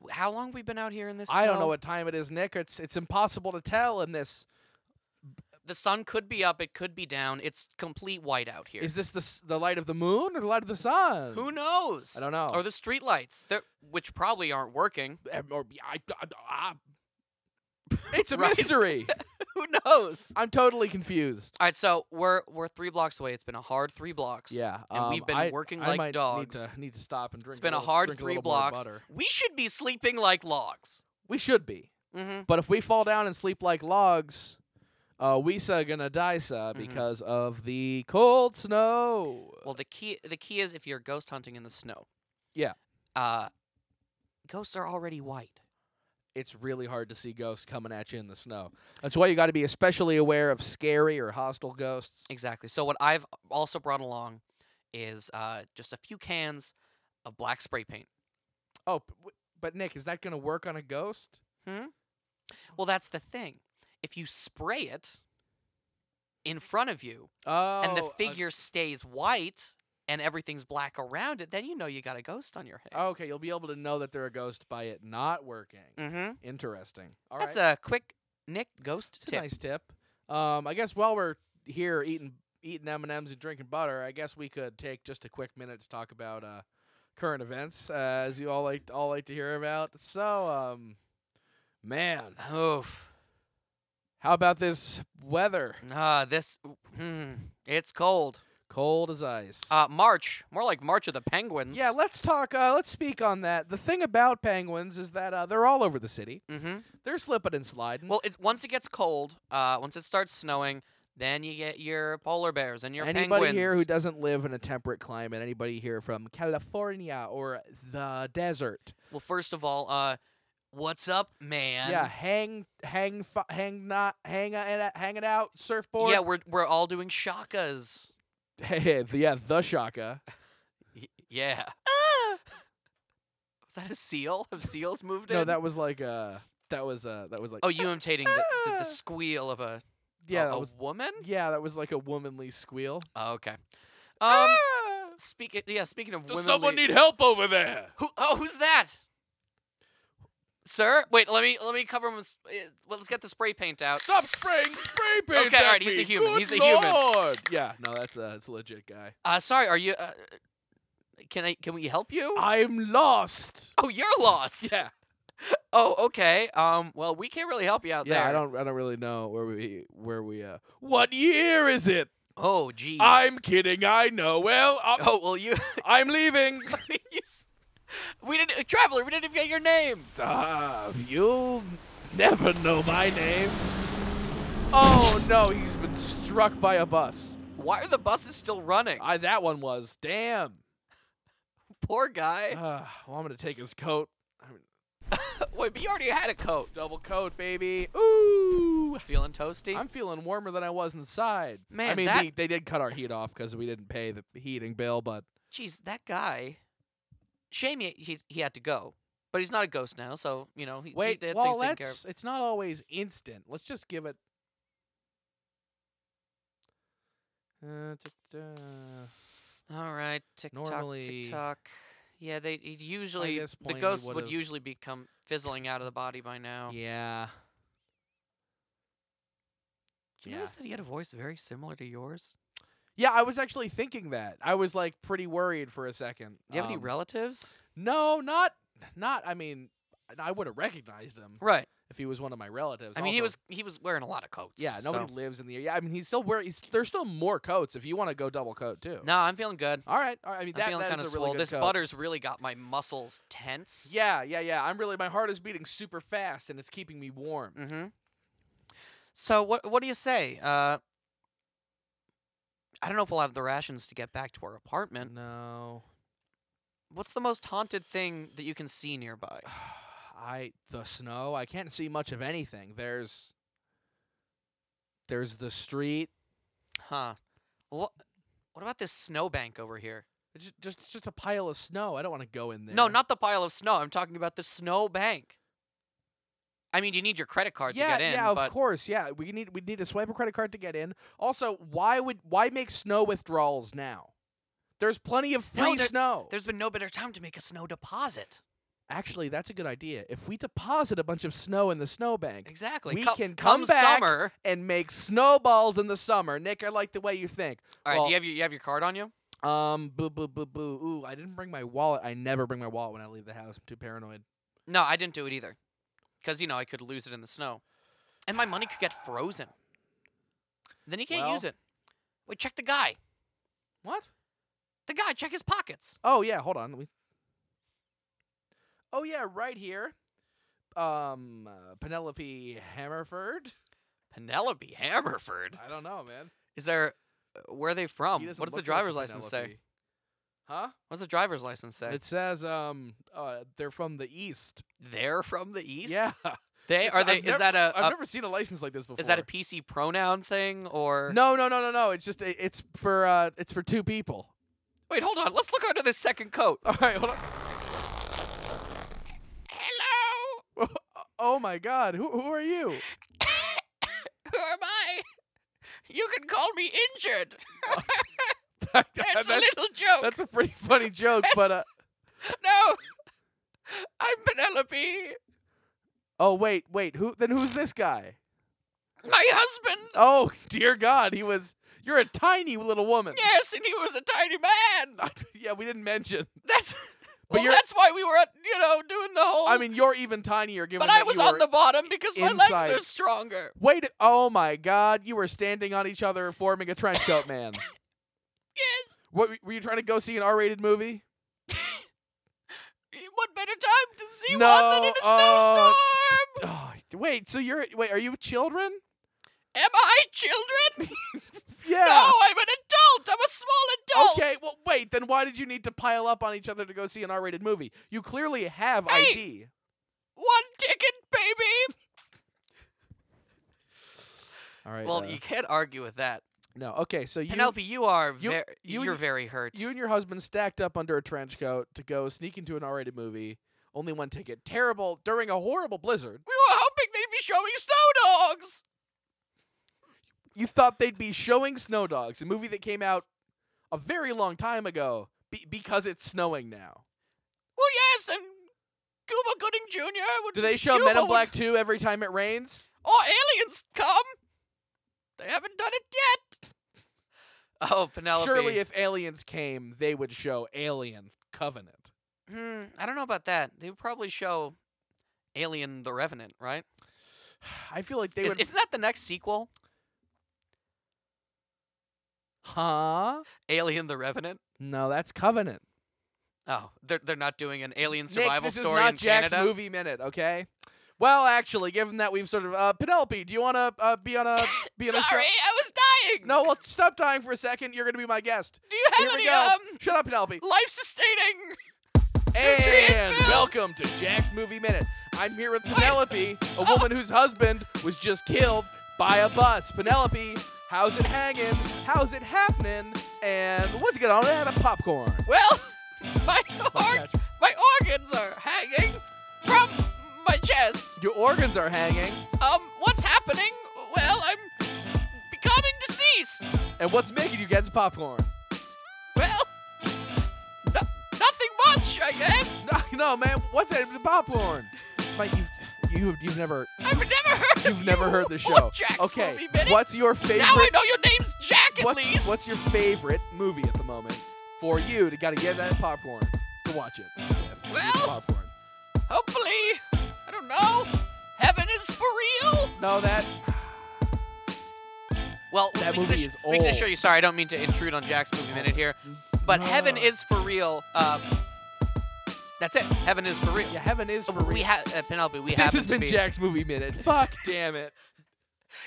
[SPEAKER 3] w- how long we been out here in this?
[SPEAKER 2] I don't know
[SPEAKER 3] snow?
[SPEAKER 2] what time it is, Nick. It's it's impossible to tell in this.
[SPEAKER 3] The sun could be up. It could be down. It's complete white out here.
[SPEAKER 2] Is this the s- the light of the moon or the light of the sun?
[SPEAKER 3] who knows?
[SPEAKER 2] I don't know.
[SPEAKER 3] Or the streetlights, they're- which probably aren't working.
[SPEAKER 2] Eh, or be- I- ah. I- I- it's a
[SPEAKER 3] Right.
[SPEAKER 2] mystery.
[SPEAKER 3] Who knows?
[SPEAKER 2] I'm totally confused.
[SPEAKER 3] All right, so we're we're three blocks away. It's been a hard three blocks.
[SPEAKER 2] Yeah,
[SPEAKER 3] And we've
[SPEAKER 2] um,
[SPEAKER 3] been
[SPEAKER 2] I-
[SPEAKER 3] working
[SPEAKER 2] I
[SPEAKER 3] like
[SPEAKER 2] might need
[SPEAKER 3] dogs.
[SPEAKER 2] to- Need to, stop and drink.
[SPEAKER 3] It's been a
[SPEAKER 2] little-
[SPEAKER 3] hard
[SPEAKER 2] drink
[SPEAKER 3] three
[SPEAKER 2] little more
[SPEAKER 3] blocks.
[SPEAKER 2] butter.
[SPEAKER 3] We should be sleeping like logs.
[SPEAKER 2] We should be,
[SPEAKER 3] Mm-hmm.
[SPEAKER 2] but if we fall down and sleep like logs, uh, we are gonna die, sir,
[SPEAKER 3] Mhm.
[SPEAKER 2] because of the cold snow.
[SPEAKER 3] Well, the key the key is if you're ghost hunting in the snow.
[SPEAKER 2] Yeah.
[SPEAKER 3] Uh, ghosts are already white.
[SPEAKER 2] it's really hard to see ghosts coming at you in the snow. That's why you got to be especially aware of scary or hostile ghosts.
[SPEAKER 3] Exactly. So what I've also brought along is uh, just a few cans of black spray paint.
[SPEAKER 2] Oh, b- w- but Nick, is that gonna work on a ghost?
[SPEAKER 3] Well, that's the thing. If you spray it in front of you
[SPEAKER 2] Oh,
[SPEAKER 3] and the
[SPEAKER 2] a-
[SPEAKER 3] figure stays white and everything's black around it, then you know you got a ghost on your hands.
[SPEAKER 2] Oh, Okay, you'll be able to know that they're a ghost by it not working.
[SPEAKER 3] Mm-hmm.
[SPEAKER 2] Interesting. All right,
[SPEAKER 3] That's a quick Nick ghost
[SPEAKER 2] It's
[SPEAKER 3] tip.
[SPEAKER 2] a nice tip. Um, I guess while we're here eating eating M and M's and drinking butter, I guess we could take just a quick minute to talk about uh, current events, uh, as you all like all like to hear about. So, um, man,
[SPEAKER 3] Oof.
[SPEAKER 2] how about this weather?
[SPEAKER 3] Ah, this. Hmm, it's cold.
[SPEAKER 2] Cold as ice.
[SPEAKER 3] Uh, March, more like March of the Penguins.
[SPEAKER 2] yeah, let's talk. Uh, let's speak on that. The thing about penguins is that uh, they're all over the city.
[SPEAKER 3] Mm-hmm.
[SPEAKER 2] They're slipping and sliding.
[SPEAKER 3] Well, it's once it gets cold, uh, once it starts snowing, then you get your polar bears and your
[SPEAKER 2] anybody
[SPEAKER 3] penguins.
[SPEAKER 2] here who doesn't live in a temperate climate, anybody here from California or the desert,
[SPEAKER 3] well, first of all, uh, what's up, man?
[SPEAKER 2] yeah, hang, hang, fi- hang, not hang, uh, hanging out, surfboard,
[SPEAKER 3] Yeah, we're we're all doing shakas.
[SPEAKER 2] yeah, the, yeah, the shaka.
[SPEAKER 3] Y- yeah.
[SPEAKER 2] Ah!
[SPEAKER 3] Was that a seal? Have seals moved in?
[SPEAKER 2] No, that was like uh, that was uh, that was like
[SPEAKER 3] Oh, you imitating the, the,
[SPEAKER 2] Ah.
[SPEAKER 3] the squeal of a
[SPEAKER 2] yeah,
[SPEAKER 3] a,
[SPEAKER 2] that
[SPEAKER 3] a
[SPEAKER 2] was Mm-hmm.
[SPEAKER 3] woman?
[SPEAKER 2] yeah, that was like a womanly squeal.
[SPEAKER 3] Oh, okay. Um,
[SPEAKER 2] Ah!
[SPEAKER 3] speaking yeah, speaking of women.
[SPEAKER 2] help over there?
[SPEAKER 3] Who? Oh, who's that? Sir, wait. Let me let me cover him. With, s- uh, well, let's get the spray paint out.
[SPEAKER 2] Stop spraying spray paint
[SPEAKER 3] Okay,
[SPEAKER 2] at
[SPEAKER 3] alright, he's a
[SPEAKER 2] me.
[SPEAKER 3] human,
[SPEAKER 2] Good
[SPEAKER 3] he's a human.
[SPEAKER 2] Lord. Yeah, no, that's a that's a legit guy.
[SPEAKER 3] Uh, sorry, are you? Uh, can I? Can we help you?
[SPEAKER 2] I'm lost.
[SPEAKER 3] oh, you're lost.
[SPEAKER 2] Yeah,
[SPEAKER 3] Oh, okay. Um, well, we can't really help you out there.
[SPEAKER 2] yeah. I don't I don't really know where we where we uh. What year is it?
[SPEAKER 3] Oh, jeez.
[SPEAKER 2] I'm kidding. I know. Well, I'm,
[SPEAKER 3] Oh, well, you.
[SPEAKER 2] I'm leaving.
[SPEAKER 3] you s- we didn't, uh, traveler. We didn't even get your name.
[SPEAKER 2] Ah, you'll never know my name. Oh no, he's been struck by a bus.
[SPEAKER 3] Why are the buses still running?
[SPEAKER 2] I that one was damn.
[SPEAKER 3] Poor guy.
[SPEAKER 2] Uh, well, I'm gonna take his coat. I mean, Uh,
[SPEAKER 3] Wait, but you already had a coat.
[SPEAKER 2] double coat, baby. Ooh.
[SPEAKER 3] Feeling toasty?
[SPEAKER 2] I'm feeling warmer than I was inside. I
[SPEAKER 3] Man,
[SPEAKER 2] mean,
[SPEAKER 3] that-
[SPEAKER 2] they, they did cut our heat off because we didn't pay the heating bill, but
[SPEAKER 3] Jeez, that guy. Shame he, he he had to go, but he's not a ghost now, so you know he.
[SPEAKER 2] wait,
[SPEAKER 3] he, they-
[SPEAKER 2] well,
[SPEAKER 3] things taken care
[SPEAKER 2] let's. It's not always instant. Let's just give it. Uh, ta-ta.
[SPEAKER 3] of. All right, tick tock,
[SPEAKER 2] normally-
[SPEAKER 3] tick tock. Yeah, they he'd usually
[SPEAKER 2] this
[SPEAKER 3] the
[SPEAKER 2] point we
[SPEAKER 3] ghost would
[SPEAKER 2] would've-
[SPEAKER 3] usually become fizzling out of the body by now.
[SPEAKER 2] Yeah.
[SPEAKER 3] Did you notice that he had a voice very similar to yours?
[SPEAKER 2] Yeah, I was actually thinking that. I was like pretty worried for a second.
[SPEAKER 3] Do you have any
[SPEAKER 2] Um,
[SPEAKER 3] relatives?
[SPEAKER 2] No, not not. I mean, I would have recognized him
[SPEAKER 3] Right.
[SPEAKER 2] if he was one of my relatives.
[SPEAKER 3] I mean, he
[SPEAKER 2] Also,
[SPEAKER 3] was he was wearing a lot of coats.
[SPEAKER 2] Yeah, nobody
[SPEAKER 3] so-
[SPEAKER 2] lives in the area. Yeah, I mean, he's still wearing. He's, there's still more coats if you want to go double coat too.
[SPEAKER 3] No, I'm feeling good.
[SPEAKER 2] All right. All right. I mean,
[SPEAKER 3] I'm
[SPEAKER 2] that,
[SPEAKER 3] feeling
[SPEAKER 2] that
[SPEAKER 3] kind of
[SPEAKER 2] is a
[SPEAKER 3] swole.
[SPEAKER 2] really good
[SPEAKER 3] this
[SPEAKER 2] coat.
[SPEAKER 3] butter's really got my muscles tense.
[SPEAKER 2] Yeah, yeah, yeah. I'm really. My heart is beating super fast, and it's keeping me warm.
[SPEAKER 3] Mm-hmm. So what what do you say? Uh, I don't know if we'll have the rations to get back to our apartment.
[SPEAKER 2] No,
[SPEAKER 3] What's the most haunted thing that you can see nearby?
[SPEAKER 2] I the snow. I can't see much of anything. There's there's the street.
[SPEAKER 3] Huh? What What about this snowbank over here?
[SPEAKER 2] It's ju- just it's just a pile of snow. I don't want to go in there.
[SPEAKER 3] No, not the pile of snow. I'm talking about the snowbank. I mean, you need your credit card
[SPEAKER 2] yeah,
[SPEAKER 3] to get in,
[SPEAKER 2] yeah,
[SPEAKER 3] but
[SPEAKER 2] of course, yeah. We need we need to swipe a credit card to get in. Also, why would why make snow withdrawals now? There's plenty of
[SPEAKER 3] No,
[SPEAKER 2] free
[SPEAKER 3] there-
[SPEAKER 2] snow.
[SPEAKER 3] there's been no better time to make a snow deposit.
[SPEAKER 2] Actually, that's a good idea. If we deposit a bunch of snow in the snowbank
[SPEAKER 3] Exactly.
[SPEAKER 2] We
[SPEAKER 3] Co-
[SPEAKER 2] can
[SPEAKER 3] come
[SPEAKER 2] come back-
[SPEAKER 3] summer.
[SPEAKER 2] and make snowballs in the summer, Nick, I like the way you think.
[SPEAKER 3] All right.
[SPEAKER 2] Well,
[SPEAKER 3] do you have your you have your card on you?
[SPEAKER 2] Um, boo, boo, boo, boo. Ooh, I didn't bring my wallet. I never bring my wallet when I leave the house. I'm too paranoid.
[SPEAKER 3] No, I didn't do it either. Because, you know, I could lose it in the snow. And my money could get frozen. Then you can't use
[SPEAKER 2] Well-
[SPEAKER 3] it. Wait, check the guy.
[SPEAKER 2] What?
[SPEAKER 3] The guy, check his pockets.
[SPEAKER 2] Oh yeah, hold on. Let me. Oh yeah, right here. Um, uh, Penelope Hammerford.
[SPEAKER 3] Penelope Hammerford.
[SPEAKER 2] I don't know, man.
[SPEAKER 3] Is there. Where are they from?
[SPEAKER 2] He doesn't
[SPEAKER 3] Um, What does the
[SPEAKER 2] look like a
[SPEAKER 3] driver's license say?
[SPEAKER 2] Penelope. Huh?
[SPEAKER 3] What does the driver's license say?
[SPEAKER 2] It says um, uh, they're from the east.
[SPEAKER 3] They're from the East?
[SPEAKER 2] Yeah.
[SPEAKER 3] They
[SPEAKER 2] It's-
[SPEAKER 3] are they
[SPEAKER 2] I've never-
[SPEAKER 3] is that a,
[SPEAKER 2] I've
[SPEAKER 3] a-
[SPEAKER 2] never seen a license like this before.
[SPEAKER 3] is that a PC pronoun thing or
[SPEAKER 2] No, no, no, no, no. It's just it, it's for uh, it's for two people.
[SPEAKER 3] Wait, hold on. Let's look under this second coat.
[SPEAKER 2] All right, hold on.
[SPEAKER 3] Hello.
[SPEAKER 2] Oh my God, who who are you?
[SPEAKER 3] Who am I? You can call me injured.
[SPEAKER 2] that's,
[SPEAKER 3] little joke.
[SPEAKER 2] that's a pretty funny joke, but uh,
[SPEAKER 3] No, I'm Penelope.
[SPEAKER 2] oh wait, wait, who then? Who's this guy?
[SPEAKER 3] My husband.
[SPEAKER 2] Oh dear God, he was. You're a tiny little woman.
[SPEAKER 3] Yes, and he was a tiny man.
[SPEAKER 2] Yeah, we didn't mention.
[SPEAKER 3] That's.
[SPEAKER 2] But
[SPEAKER 3] well,
[SPEAKER 2] you're-
[SPEAKER 3] that's why we were, at, you know, doing the whole.
[SPEAKER 2] I mean, you're even tinier. Given
[SPEAKER 3] Oh. but
[SPEAKER 2] that
[SPEAKER 3] I was
[SPEAKER 2] you
[SPEAKER 3] on
[SPEAKER 2] were-
[SPEAKER 3] the bottom because my legs
[SPEAKER 2] inside.
[SPEAKER 3] are stronger.
[SPEAKER 2] Wait! Oh my God! You were standing on each other, forming a trench coat, man.
[SPEAKER 3] Yes.
[SPEAKER 2] What were you trying to go see an R-rated movie?
[SPEAKER 3] What better time to see one than
[SPEAKER 2] No,
[SPEAKER 3] in a
[SPEAKER 2] uh,
[SPEAKER 3] snowstorm?
[SPEAKER 2] Oh, wait. So you're wait? Are you children?
[SPEAKER 3] Am I children?
[SPEAKER 2] Yeah.
[SPEAKER 3] No, I'm an adult. I'm a small adult.
[SPEAKER 2] Okay. Well, wait. Then why did you need to pile up on each other to go see an R-rated movie? You clearly have
[SPEAKER 3] Hey!
[SPEAKER 2] ID.
[SPEAKER 3] One ticket, baby.
[SPEAKER 2] All right.
[SPEAKER 3] Well,
[SPEAKER 2] uh,
[SPEAKER 3] you can't argue with that.
[SPEAKER 2] no. Okay. So you,
[SPEAKER 3] Penelope, you are
[SPEAKER 2] you-
[SPEAKER 3] very,
[SPEAKER 2] you and
[SPEAKER 3] you are
[SPEAKER 2] y-
[SPEAKER 3] very hurt.
[SPEAKER 2] you and your husband stacked up under a trench coat to go sneak into an R-rated movie. Only one ticket. Terrible during a horrible blizzard.
[SPEAKER 3] We were hoping they'd be showing snow dogs.
[SPEAKER 2] You thought they'd be showing Snow Dogs, a movie that came out a very long time ago, be- because it's snowing now.
[SPEAKER 3] Well, yes, and Cuba Gooding Jr. would.
[SPEAKER 2] Do they show
[SPEAKER 3] Cuba
[SPEAKER 2] Men in
[SPEAKER 3] would-
[SPEAKER 2] Black 2 every time it rains?
[SPEAKER 3] Or aliens come? They haven't done it yet. Oh, Penelope.
[SPEAKER 2] Surely, if aliens came, they would show Alien Covenant.
[SPEAKER 3] Hmm, I don't know about that. They would probably show Alien: The Revenant, right?
[SPEAKER 2] I feel like they
[SPEAKER 3] Is,
[SPEAKER 2] would.
[SPEAKER 3] Isn't that the next sequel?
[SPEAKER 2] huh?
[SPEAKER 3] Alien: The Revenant.
[SPEAKER 2] No, that's Covenant.
[SPEAKER 3] Oh, they're they're not doing an alien
[SPEAKER 2] Nick,
[SPEAKER 3] survival
[SPEAKER 2] this
[SPEAKER 3] story
[SPEAKER 2] is not
[SPEAKER 3] in
[SPEAKER 2] Jack's
[SPEAKER 3] Canada.
[SPEAKER 2] movie minute, okay? Well, actually, given that we've sort of uh, Penelope, do you want to uh, be on a be on a show?
[SPEAKER 3] Sorry, I was dying.
[SPEAKER 2] No, well, stop dying for a second. You're going to be my guest.
[SPEAKER 3] Do you
[SPEAKER 2] Here
[SPEAKER 3] have
[SPEAKER 2] we
[SPEAKER 3] any
[SPEAKER 2] go.
[SPEAKER 3] um
[SPEAKER 2] Shut up, Penelope.
[SPEAKER 3] life sustaining
[SPEAKER 2] And
[SPEAKER 3] Field.
[SPEAKER 2] welcome to Jack's Movie Minute. I'm here with Penelope, a
[SPEAKER 3] Oh.
[SPEAKER 2] woman whose husband was just killed by a bus. Penelope, how's it hanging? How's it happening? And what's going on? I had a popcorn.
[SPEAKER 3] Well, my org-
[SPEAKER 2] gotcha.
[SPEAKER 3] my organs are hanging from my chest.
[SPEAKER 2] Your organs are hanging.
[SPEAKER 3] Um, what's happening? Well, I'm becoming deceased.
[SPEAKER 2] And what's making you get some popcorn?
[SPEAKER 3] Well, no- nothing much, I guess.
[SPEAKER 2] No, no man, what's that popcorn? Mike, you've, you've, you've never
[SPEAKER 3] I've never heard of
[SPEAKER 2] you've never
[SPEAKER 3] you
[SPEAKER 2] heard the
[SPEAKER 3] or
[SPEAKER 2] show.
[SPEAKER 3] Jack's
[SPEAKER 2] okay,
[SPEAKER 3] Movie Minute.
[SPEAKER 2] what's your favorite?
[SPEAKER 3] Now I know your name's Jack at
[SPEAKER 2] what's,
[SPEAKER 3] least.
[SPEAKER 2] what's your favorite movie at the moment for you to gotta get that popcorn to watch it? with? You need
[SPEAKER 3] Well-
[SPEAKER 2] popcorn.
[SPEAKER 3] Hopefully, I don't know. Heaven is for real.
[SPEAKER 2] No, that
[SPEAKER 3] Well,
[SPEAKER 2] That
[SPEAKER 3] we can
[SPEAKER 2] movie
[SPEAKER 3] just-
[SPEAKER 2] is
[SPEAKER 3] we can just show
[SPEAKER 2] old.
[SPEAKER 3] you. Sorry, I don't mean to intrude on Jack's movie minute here, but Heaven
[SPEAKER 2] No.
[SPEAKER 3] is for real. Uh, that's it. Heaven is for real.
[SPEAKER 2] yeah, heaven is for
[SPEAKER 3] We
[SPEAKER 2] real.
[SPEAKER 3] have uh, Penelope. We
[SPEAKER 2] This
[SPEAKER 3] happen
[SPEAKER 2] has
[SPEAKER 3] to
[SPEAKER 2] been
[SPEAKER 3] be
[SPEAKER 2] Jack's movie minute. Fuck, damn it.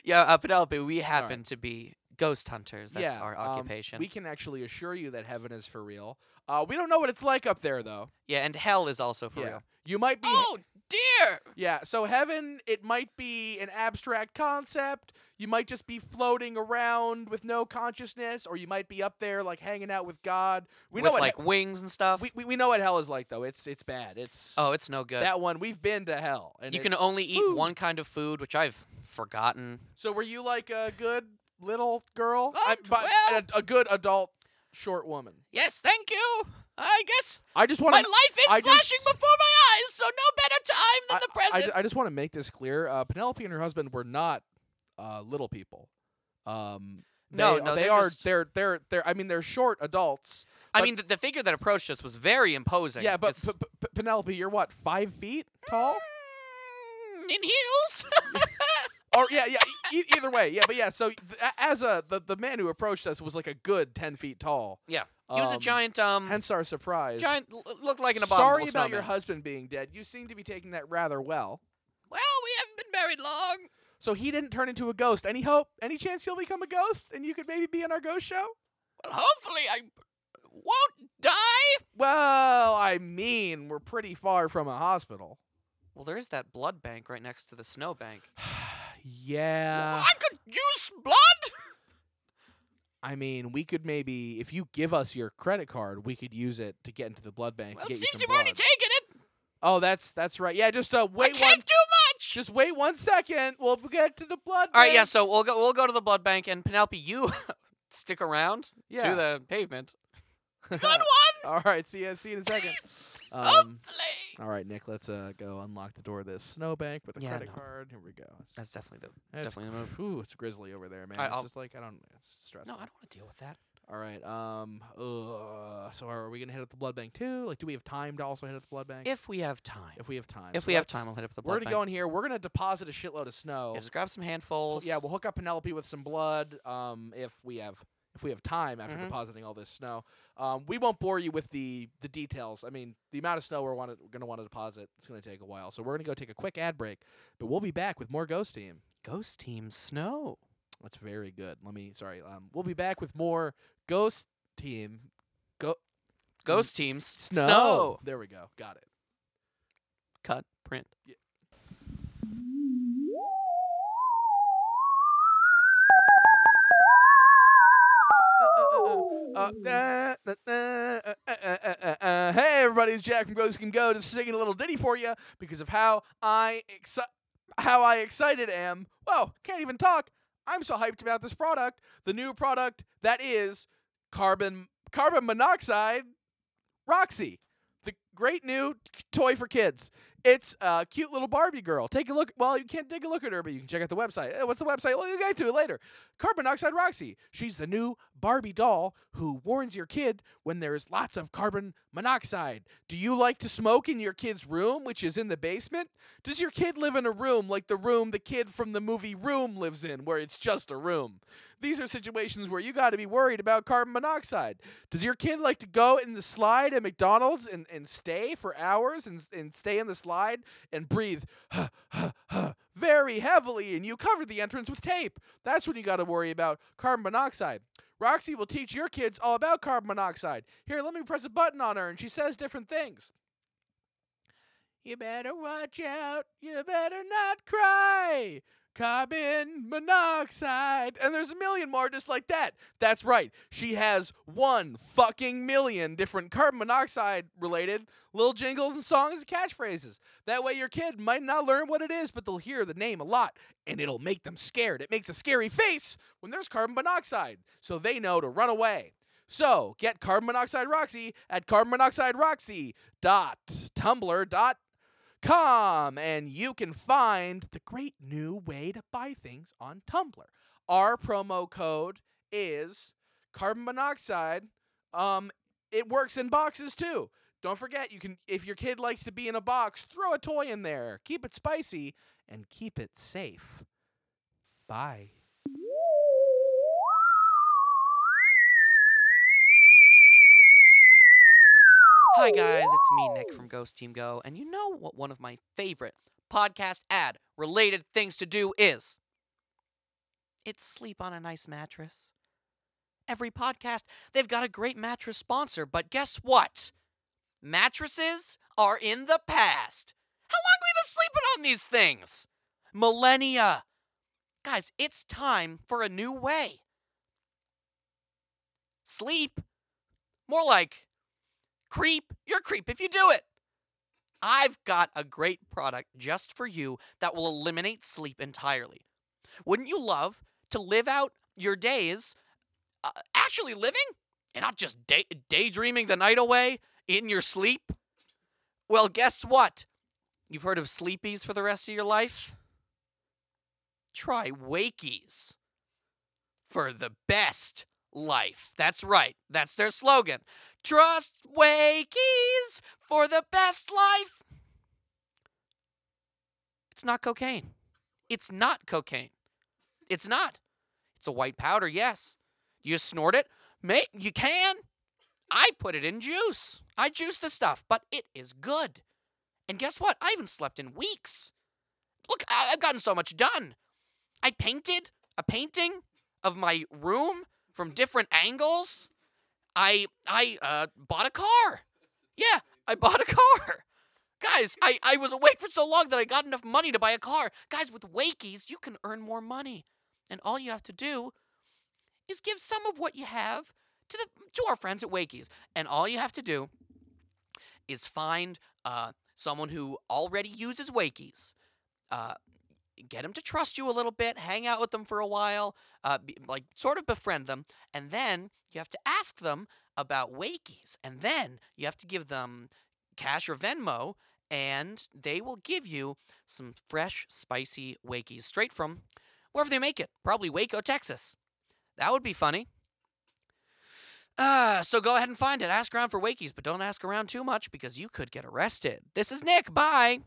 [SPEAKER 3] yeah uh, Penelope. We happen
[SPEAKER 2] right.
[SPEAKER 3] to be ghost hunters. That's
[SPEAKER 2] yeah,
[SPEAKER 3] our
[SPEAKER 2] um,
[SPEAKER 3] occupation.
[SPEAKER 2] we can actually assure you that heaven is for real. Uh, we don't know what it's like up there though.
[SPEAKER 3] yeah, and hell is also for
[SPEAKER 2] yeah,
[SPEAKER 3] real.
[SPEAKER 2] you might be.
[SPEAKER 3] Oh dear.
[SPEAKER 2] Yeah, so heaven, it might be an abstract concept. You might just be floating around with no consciousness, or you might be up there like hanging out with God. We
[SPEAKER 3] With
[SPEAKER 2] know what
[SPEAKER 3] like wings and stuff.
[SPEAKER 2] we, we, we know what hell is like though. It's it's bad. It's
[SPEAKER 3] oh, it's no good.
[SPEAKER 2] that one. We've been to hell. And
[SPEAKER 3] you can
[SPEAKER 2] it's-
[SPEAKER 3] only eat
[SPEAKER 2] woo.
[SPEAKER 3] one kind of food, which I've forgotten.
[SPEAKER 2] So were you like a good little girl?
[SPEAKER 3] Um,
[SPEAKER 2] but
[SPEAKER 3] well-
[SPEAKER 2] a, a good adult short woman.
[SPEAKER 3] Yes, thank you. I guess
[SPEAKER 2] I just want
[SPEAKER 3] my
[SPEAKER 2] to.
[SPEAKER 3] life is
[SPEAKER 2] I just-
[SPEAKER 3] flashing before my eyes, so no better time than the
[SPEAKER 2] I,
[SPEAKER 3] present.
[SPEAKER 2] ju- I just want to make this clear. Uh, Penelope and her husband were not uh, little people. Um, they,
[SPEAKER 3] No, no,
[SPEAKER 2] they
[SPEAKER 3] they're
[SPEAKER 2] are.
[SPEAKER 3] just-
[SPEAKER 2] They're they're they're. I mean, they're short adults.
[SPEAKER 3] I
[SPEAKER 2] But-
[SPEAKER 3] mean, the, the figure that approached us was very imposing.
[SPEAKER 2] yeah, but
[SPEAKER 3] It's-
[SPEAKER 2] P- P- P- Penelope, you're what five feet tall?
[SPEAKER 3] Mm, in heels.
[SPEAKER 2] or yeah, yeah. E- either way, yeah, but yeah. So th- a- as a the, the man who approached us was like a good ten feet tall.
[SPEAKER 3] yeah, he was a
[SPEAKER 2] Um,
[SPEAKER 3] giant. Um,
[SPEAKER 2] Hence our surprise.
[SPEAKER 3] giant l- looked like an abominable
[SPEAKER 2] Sorry about your
[SPEAKER 3] snowman.
[SPEAKER 2] husband being dead. You seem to be taking that rather well.
[SPEAKER 3] Well, we haven't been married long.
[SPEAKER 2] So he didn't turn into a ghost. Any hope? Any chance he'll become a ghost and you could maybe be on our ghost show?
[SPEAKER 3] Well, hopefully I won't die.
[SPEAKER 2] Well, I mean, we're pretty far from a hospital.
[SPEAKER 3] Well, there is that blood bank right next to the snow bank.
[SPEAKER 2] yeah.
[SPEAKER 3] I could use blood.
[SPEAKER 2] I mean, we could maybe, if you give us your credit card, we could use it to get into the blood bank.
[SPEAKER 3] Well,
[SPEAKER 2] and get
[SPEAKER 3] seems
[SPEAKER 2] you
[SPEAKER 3] you've
[SPEAKER 2] some
[SPEAKER 3] already
[SPEAKER 2] blood.
[SPEAKER 3] taken it.
[SPEAKER 2] Oh, that's that's right. Yeah, just uh,
[SPEAKER 3] I
[SPEAKER 2] wait
[SPEAKER 3] can't
[SPEAKER 2] one.
[SPEAKER 3] do much.
[SPEAKER 2] Just wait one second. We'll get to the blood.
[SPEAKER 3] All right, yeah.
[SPEAKER 2] bank.
[SPEAKER 3] So we'll go. We'll go to the blood bank, and Penelope, you stick around
[SPEAKER 2] Yeah.
[SPEAKER 3] to the pavement.
[SPEAKER 2] Good
[SPEAKER 3] Good Oh. one.
[SPEAKER 2] All right. See you. See you in a second. Um,
[SPEAKER 3] Hopefully.
[SPEAKER 2] All right, Nick, let's uh, go unlock the door of this snowbank with a
[SPEAKER 3] Yeah,
[SPEAKER 2] credit
[SPEAKER 3] no.
[SPEAKER 2] card. Here we go. It's-
[SPEAKER 3] That's definitely the.
[SPEAKER 2] it's
[SPEAKER 3] definitely the move.
[SPEAKER 2] cr- Ooh, it's grizzly over there, man.
[SPEAKER 3] right,
[SPEAKER 2] it's
[SPEAKER 3] I'll-
[SPEAKER 2] just like I don't. It's stressful.
[SPEAKER 3] No, I don't want to deal with that.
[SPEAKER 2] All right. Um. Uh, so are we gonna hit up the blood bank too? Like, do we have time to also hit up the blood bank?
[SPEAKER 3] If we have time.
[SPEAKER 2] If we have time.
[SPEAKER 3] If
[SPEAKER 2] So
[SPEAKER 3] we have
[SPEAKER 2] let's-
[SPEAKER 3] time, we'll hit up the blood
[SPEAKER 2] we're gonna
[SPEAKER 3] bank.
[SPEAKER 2] go in here. We're gonna deposit a shitload of snow.
[SPEAKER 3] Yeah, just grab some handfuls.
[SPEAKER 2] Yeah, we'll hook up Penelope with some blood. Um, if we have if we have time after
[SPEAKER 3] Mhm.
[SPEAKER 2] depositing all this snow, um, we won't bore you with the the details. I mean, the amount of snow we're, wanna, we're gonna want to deposit it's gonna take a while. So we're gonna go take a quick ad break, but we'll be back with more Ghost Team.
[SPEAKER 3] Ghost Team Snow.
[SPEAKER 2] That's very good. Let me sorry. Um, we'll be back with more Ghost Team. Go
[SPEAKER 4] mm,
[SPEAKER 3] Ghost Team s-
[SPEAKER 2] snow.
[SPEAKER 3] Snow.
[SPEAKER 2] There we go. Got it.
[SPEAKER 3] Cut. Print.
[SPEAKER 2] Uh, uh, uh, uh, uh, uh, uh, uh, uh. Hey, everybody! It's Jack from Ghosts Can Go. Just singing a little ditty for you because of how I exci- how I excited am. Whoa! Can't even talk. I'm so hyped about this product. The new product that is carbon carbon monoxide Roxy, the great new k- toy for kids. It's a cute little Barbie girl. Take a look. Well, you can't take a look at her, but you can check out the website. Eh, What's the website? Well, you'll get to it later. Carbon Monoxide Roxy. She's the new Barbie doll who warns your kid when there's lots of carbon monoxide. Do you like to smoke in your kid's room, which is in the basement? Does your kid live in a room like the room the kid from the movie Room lives in, where it's just a room? These are situations where you got to be worried about carbon monoxide. Does your kid like to go in the slide at McDonald's and, and stay for hours and, and stay in the slide and breathe very heavily and you cover the entrance with tape? That's when you got to worry about carbon monoxide. Roxy will teach your kids all about carbon monoxide. Here, let me press a button on her and she says different things. You better watch out. You better not cry. Carbon monoxide. And there's a million more just like that. That's right. She has one fucking million different carbon monoxide related little jingles and songs and catchphrases. That way your kid might not learn what it is, but they'll hear the name a lot and it'll make them scared. It makes a scary face when there's carbon monoxide. So they know to run away. So get carbon monoxide Roxy at carbonmonoxideroxy.tumblr.com and you can find the great new way to buy things on Tumblr. Our promo code is carbon monoxide. Um, it works in boxes too. Don't forget, you can if your kid likes to be in a box, throw a toy in there. Keep it spicy and keep it safe. Bye.
[SPEAKER 3] Hi guys, it's me Nick from Ghost Team Go, and you know what one of my favorite podcast ad related things to do is? It's sleep on a nice mattress. Every podcast, they've got a great mattress sponsor, but guess what? Mattresses are in the past. How long have we been sleeping on these things? Millennia. Guys, it's time for a new way. Sleep. More like creep. You're a creep if you do it. I've got a great product just for you that will eliminate sleep entirely. Wouldn't you love to live out your days uh, actually living and not just day- daydreaming the night away in your sleep? Well, guess what? You've heard of sleepies for the rest of your life? Try wakies for the best life. That's right. That's their slogan. Trust Wakies for the best life. It's not cocaine. It's not cocaine. It's not. It's a white powder, yes. You snort it? Mate, you can. I put it in juice. I juice the stuff, but it is good. And guess what? I haven't slept in weeks. Look, I- I've gotten so much done. I painted a painting of my room from different angles. I I uh, bought a car. Yeah, I bought a car. Guys, I, I was awake for so long that I got enough money to buy a car. Guys, with Wakies, you can earn more money. And all you have to do is give some of what you have to the to our friends at Wakies. And all you have to do is find uh, someone who already uses Wakies. Uh, get them to trust you a little bit, hang out with them for a while, uh, be, like sort of befriend them, and then you have to ask them about Wakies, and then you have to give them cash or Venmo, and they will give you some fresh, spicy Wakies straight from wherever they make it, probably Waco, Texas. That would be funny. Uh, so go ahead and find it. Ask around for Wakies, but don't ask around too much because you could get arrested. This is Nick. Bye.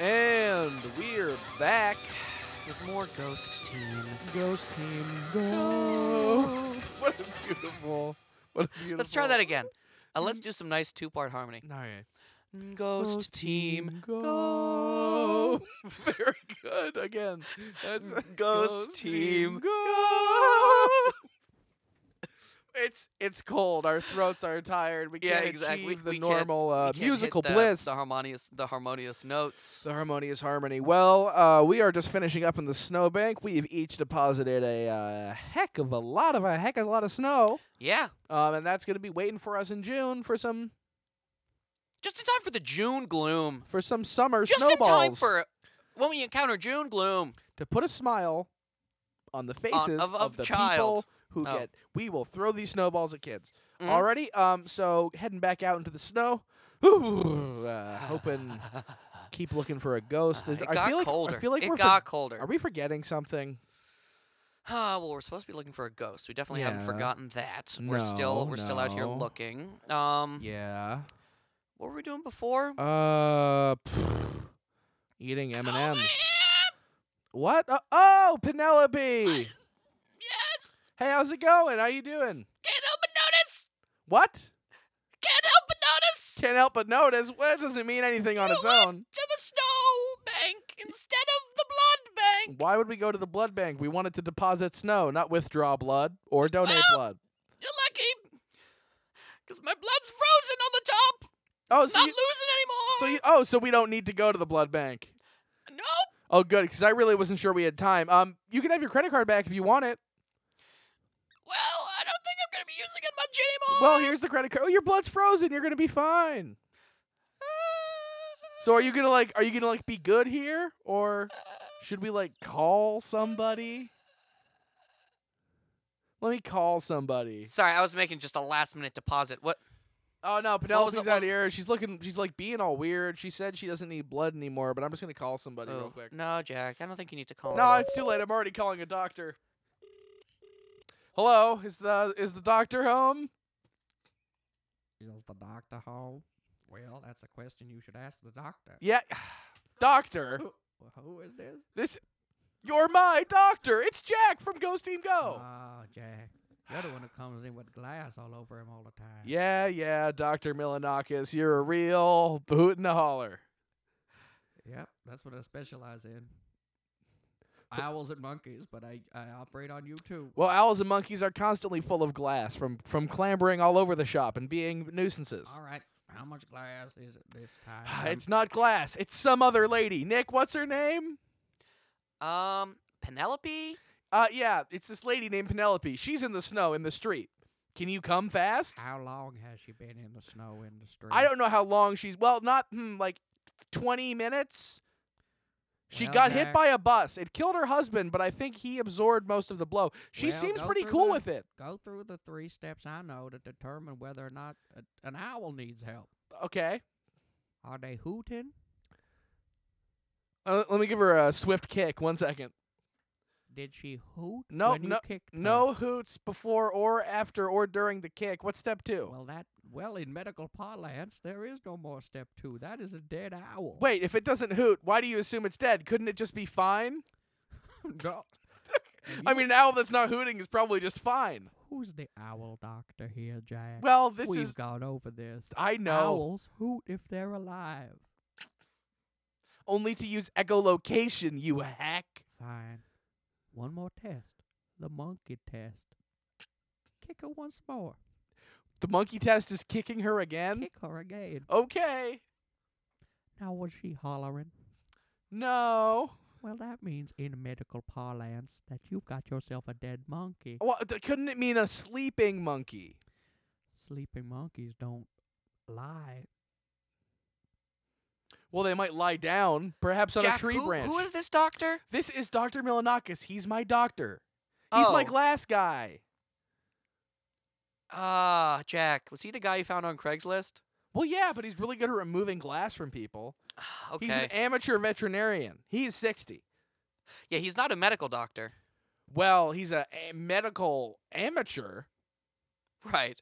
[SPEAKER 2] And we're back.
[SPEAKER 3] With more Ghost Team.
[SPEAKER 2] Ghost Team Go. What a beautiful. What a beautiful.
[SPEAKER 3] Let's try that again. Uh, let's do some nice two part harmony.
[SPEAKER 2] All right.
[SPEAKER 3] Ghost Team.
[SPEAKER 2] Go. Very good. Again. That's
[SPEAKER 3] Ghost Team
[SPEAKER 2] Go. It's it's cold. Our throats are tired. We
[SPEAKER 3] Yeah,
[SPEAKER 2] can't
[SPEAKER 3] exactly.
[SPEAKER 2] achieve the
[SPEAKER 3] We can't-
[SPEAKER 2] normal uh,
[SPEAKER 3] You can't hit
[SPEAKER 2] musical
[SPEAKER 3] the-
[SPEAKER 2] bliss.
[SPEAKER 3] The harmonious, the harmonious notes.
[SPEAKER 2] The harmonious harmony. Well, uh, we are just finishing up in the snowbank. We've each deposited a uh, heck of a lot of a heck of a lot of snow,
[SPEAKER 3] Yeah,
[SPEAKER 2] um, and that's going to be waiting for us in June for some
[SPEAKER 3] just in time for the June gloom.
[SPEAKER 2] for some summer
[SPEAKER 3] Just in
[SPEAKER 2] snowballs
[SPEAKER 3] time for when we encounter June gloom.
[SPEAKER 2] to put a smile on the faces
[SPEAKER 3] of- of
[SPEAKER 2] the
[SPEAKER 3] child.
[SPEAKER 2] people who
[SPEAKER 3] Oh.
[SPEAKER 2] get. We will throw these snowballs at kids.
[SPEAKER 3] Mhm.
[SPEAKER 2] Already, um, so heading back out into the snow. Ooh, uh, hoping keep looking for a ghost.
[SPEAKER 3] it
[SPEAKER 2] I
[SPEAKER 3] got
[SPEAKER 2] feel like,
[SPEAKER 3] colder.
[SPEAKER 2] I feel like
[SPEAKER 3] it
[SPEAKER 2] we're for-
[SPEAKER 3] got colder.
[SPEAKER 2] are we forgetting something?
[SPEAKER 3] Ah, well, we're supposed to be looking for a ghost. We definitely haven't
[SPEAKER 2] Yeah.
[SPEAKER 3] forgotten that. we're still,
[SPEAKER 2] No,
[SPEAKER 3] we're still out here
[SPEAKER 2] no.
[SPEAKER 3] looking. Um,
[SPEAKER 2] Yeah.
[SPEAKER 3] what were we doing before?
[SPEAKER 2] Uh, pfft. eating M and
[SPEAKER 3] Oh,
[SPEAKER 2] M's.
[SPEAKER 3] man!
[SPEAKER 2] What? Uh, oh, Penelope. hey,
[SPEAKER 3] Yes,
[SPEAKER 2] how's it going? How you doing?
[SPEAKER 3] can't help but notice.
[SPEAKER 2] What?
[SPEAKER 3] Can't help but notice.
[SPEAKER 2] Can't help but notice. Well, it doesn't mean anything on
[SPEAKER 3] You
[SPEAKER 2] its
[SPEAKER 3] went
[SPEAKER 2] own.
[SPEAKER 3] to the snow bank instead of the blood bank. bank.
[SPEAKER 2] Why would we go to the blood bank? We wanted to deposit snow, not withdraw blood or donate
[SPEAKER 3] Well-
[SPEAKER 2] blood.
[SPEAKER 3] You're lucky, because my blood's frozen on the top.
[SPEAKER 2] Oh, so
[SPEAKER 3] Not
[SPEAKER 2] you,
[SPEAKER 3] losing anymore.
[SPEAKER 2] so you, oh, so we don't need to go to the blood bank.
[SPEAKER 3] nope.
[SPEAKER 2] Oh, good, because I really wasn't sure we had time. Um, you can have your credit card back if you want it.
[SPEAKER 3] Well, I don't think I'm gonna be using it much anymore.
[SPEAKER 2] Well, here's the credit card. Oh, your blood's frozen. You're gonna be fine. So are you gonna like? Are you gonna like be good here, or should we like call somebody? Let me call somebody.
[SPEAKER 3] Sorry, I was making just a last minute deposit. What?
[SPEAKER 2] Oh no,
[SPEAKER 3] was it-
[SPEAKER 2] Penelope's
[SPEAKER 3] what
[SPEAKER 2] out
[SPEAKER 3] was-
[SPEAKER 2] here. She's looking. She's like being all weird. She said she doesn't need blood anymore, but I'm just gonna call somebody real
[SPEAKER 3] Oh,
[SPEAKER 2] quick.
[SPEAKER 3] No, Jack. I don't think you need to call.
[SPEAKER 2] No,
[SPEAKER 3] it.
[SPEAKER 2] it's too late. I'm already calling a doctor. Hello, is the is the doctor home?
[SPEAKER 5] Is the doctor home? Well, that's a question you should ask the doctor.
[SPEAKER 2] Yeah, doctor.
[SPEAKER 5] Who, who is this?
[SPEAKER 2] This, you're my doctor. It's Jack from Ghost Team Go.
[SPEAKER 5] Ah, Jack. You're the one who comes in with glass all over him all the time.
[SPEAKER 2] Yeah, yeah, Doctor Milanakis, you're a real boot and a holler.
[SPEAKER 5] Yep, that's what I specialize in. Owls and monkeys, but I, I operate on you too.
[SPEAKER 2] Well, owls and monkeys are constantly full of glass from from clambering all over the shop and being nuisances.
[SPEAKER 5] All right, how much glass is it this time?
[SPEAKER 2] Ah, It's not glass. It's some other lady. Nick, what's her name?
[SPEAKER 3] Um, Penelope.
[SPEAKER 2] Uh, yeah, it's this lady named Penelope. She's in the snow in the street. Can you come fast?
[SPEAKER 5] How long has she been in the snow industry?
[SPEAKER 2] I don't know how long she's. Well, not hmm, like twenty minutes. She
[SPEAKER 5] Well,
[SPEAKER 2] got hit
[SPEAKER 5] Jack.
[SPEAKER 2] by a bus. It killed her husband, but I think he absorbed most of the blow. She
[SPEAKER 5] Well,
[SPEAKER 2] seems
[SPEAKER 5] go
[SPEAKER 2] pretty
[SPEAKER 5] through
[SPEAKER 2] cool
[SPEAKER 5] the-
[SPEAKER 2] with it.
[SPEAKER 5] Go through the three steps I know to determine whether or not a, an owl needs help.
[SPEAKER 2] Okay.
[SPEAKER 5] Are they hooting?
[SPEAKER 2] Uh, let me give her a swift kick. One second.
[SPEAKER 5] Did she hoot
[SPEAKER 2] No,
[SPEAKER 5] when you kicked her?
[SPEAKER 2] No hoots before or after or during the kick. What's step two?
[SPEAKER 5] Well, that well in medical parlance, there is no more step two. That is a dead owl.
[SPEAKER 2] Wait, if it doesn't hoot, why do you assume it's dead? Couldn't it just be fine?
[SPEAKER 5] no.
[SPEAKER 2] I mean, an owl that's not hooting is probably just fine.
[SPEAKER 5] who's the owl doctor here, Jack?
[SPEAKER 2] Well, this
[SPEAKER 5] We've
[SPEAKER 2] is.
[SPEAKER 5] gone over this.
[SPEAKER 2] I know.
[SPEAKER 5] Owls hoot if they're alive.
[SPEAKER 2] Only to use echolocation, you hack.
[SPEAKER 5] Fine. One more test. The monkey test. Kick her once more.
[SPEAKER 2] The monkey test is kicking her again?
[SPEAKER 5] Kick her again.
[SPEAKER 2] Okay.
[SPEAKER 5] Now was she hollering?
[SPEAKER 2] No.
[SPEAKER 5] Well, that means in medical parlance that you got yourself a dead monkey.
[SPEAKER 2] Well, th- couldn't it mean a sleeping monkey?
[SPEAKER 5] Sleeping monkeys don't lie.
[SPEAKER 2] Well, they might lie down, perhaps on
[SPEAKER 3] Jack,
[SPEAKER 2] a tree
[SPEAKER 3] who,
[SPEAKER 2] branch.
[SPEAKER 3] Who is this doctor?
[SPEAKER 2] This is Dr. Milanakis. He's my doctor. He's my
[SPEAKER 3] Oh.
[SPEAKER 2] glass guy.
[SPEAKER 3] Ah, Jack. Was he the guy you found on Craigslist?
[SPEAKER 2] Well, yeah, but he's really good at removing glass from people.
[SPEAKER 3] okay.
[SPEAKER 2] He's an amateur veterinarian. He is 60.
[SPEAKER 3] yeah, he's not a medical doctor.
[SPEAKER 2] Well, he's a, a medical amateur.
[SPEAKER 3] Right.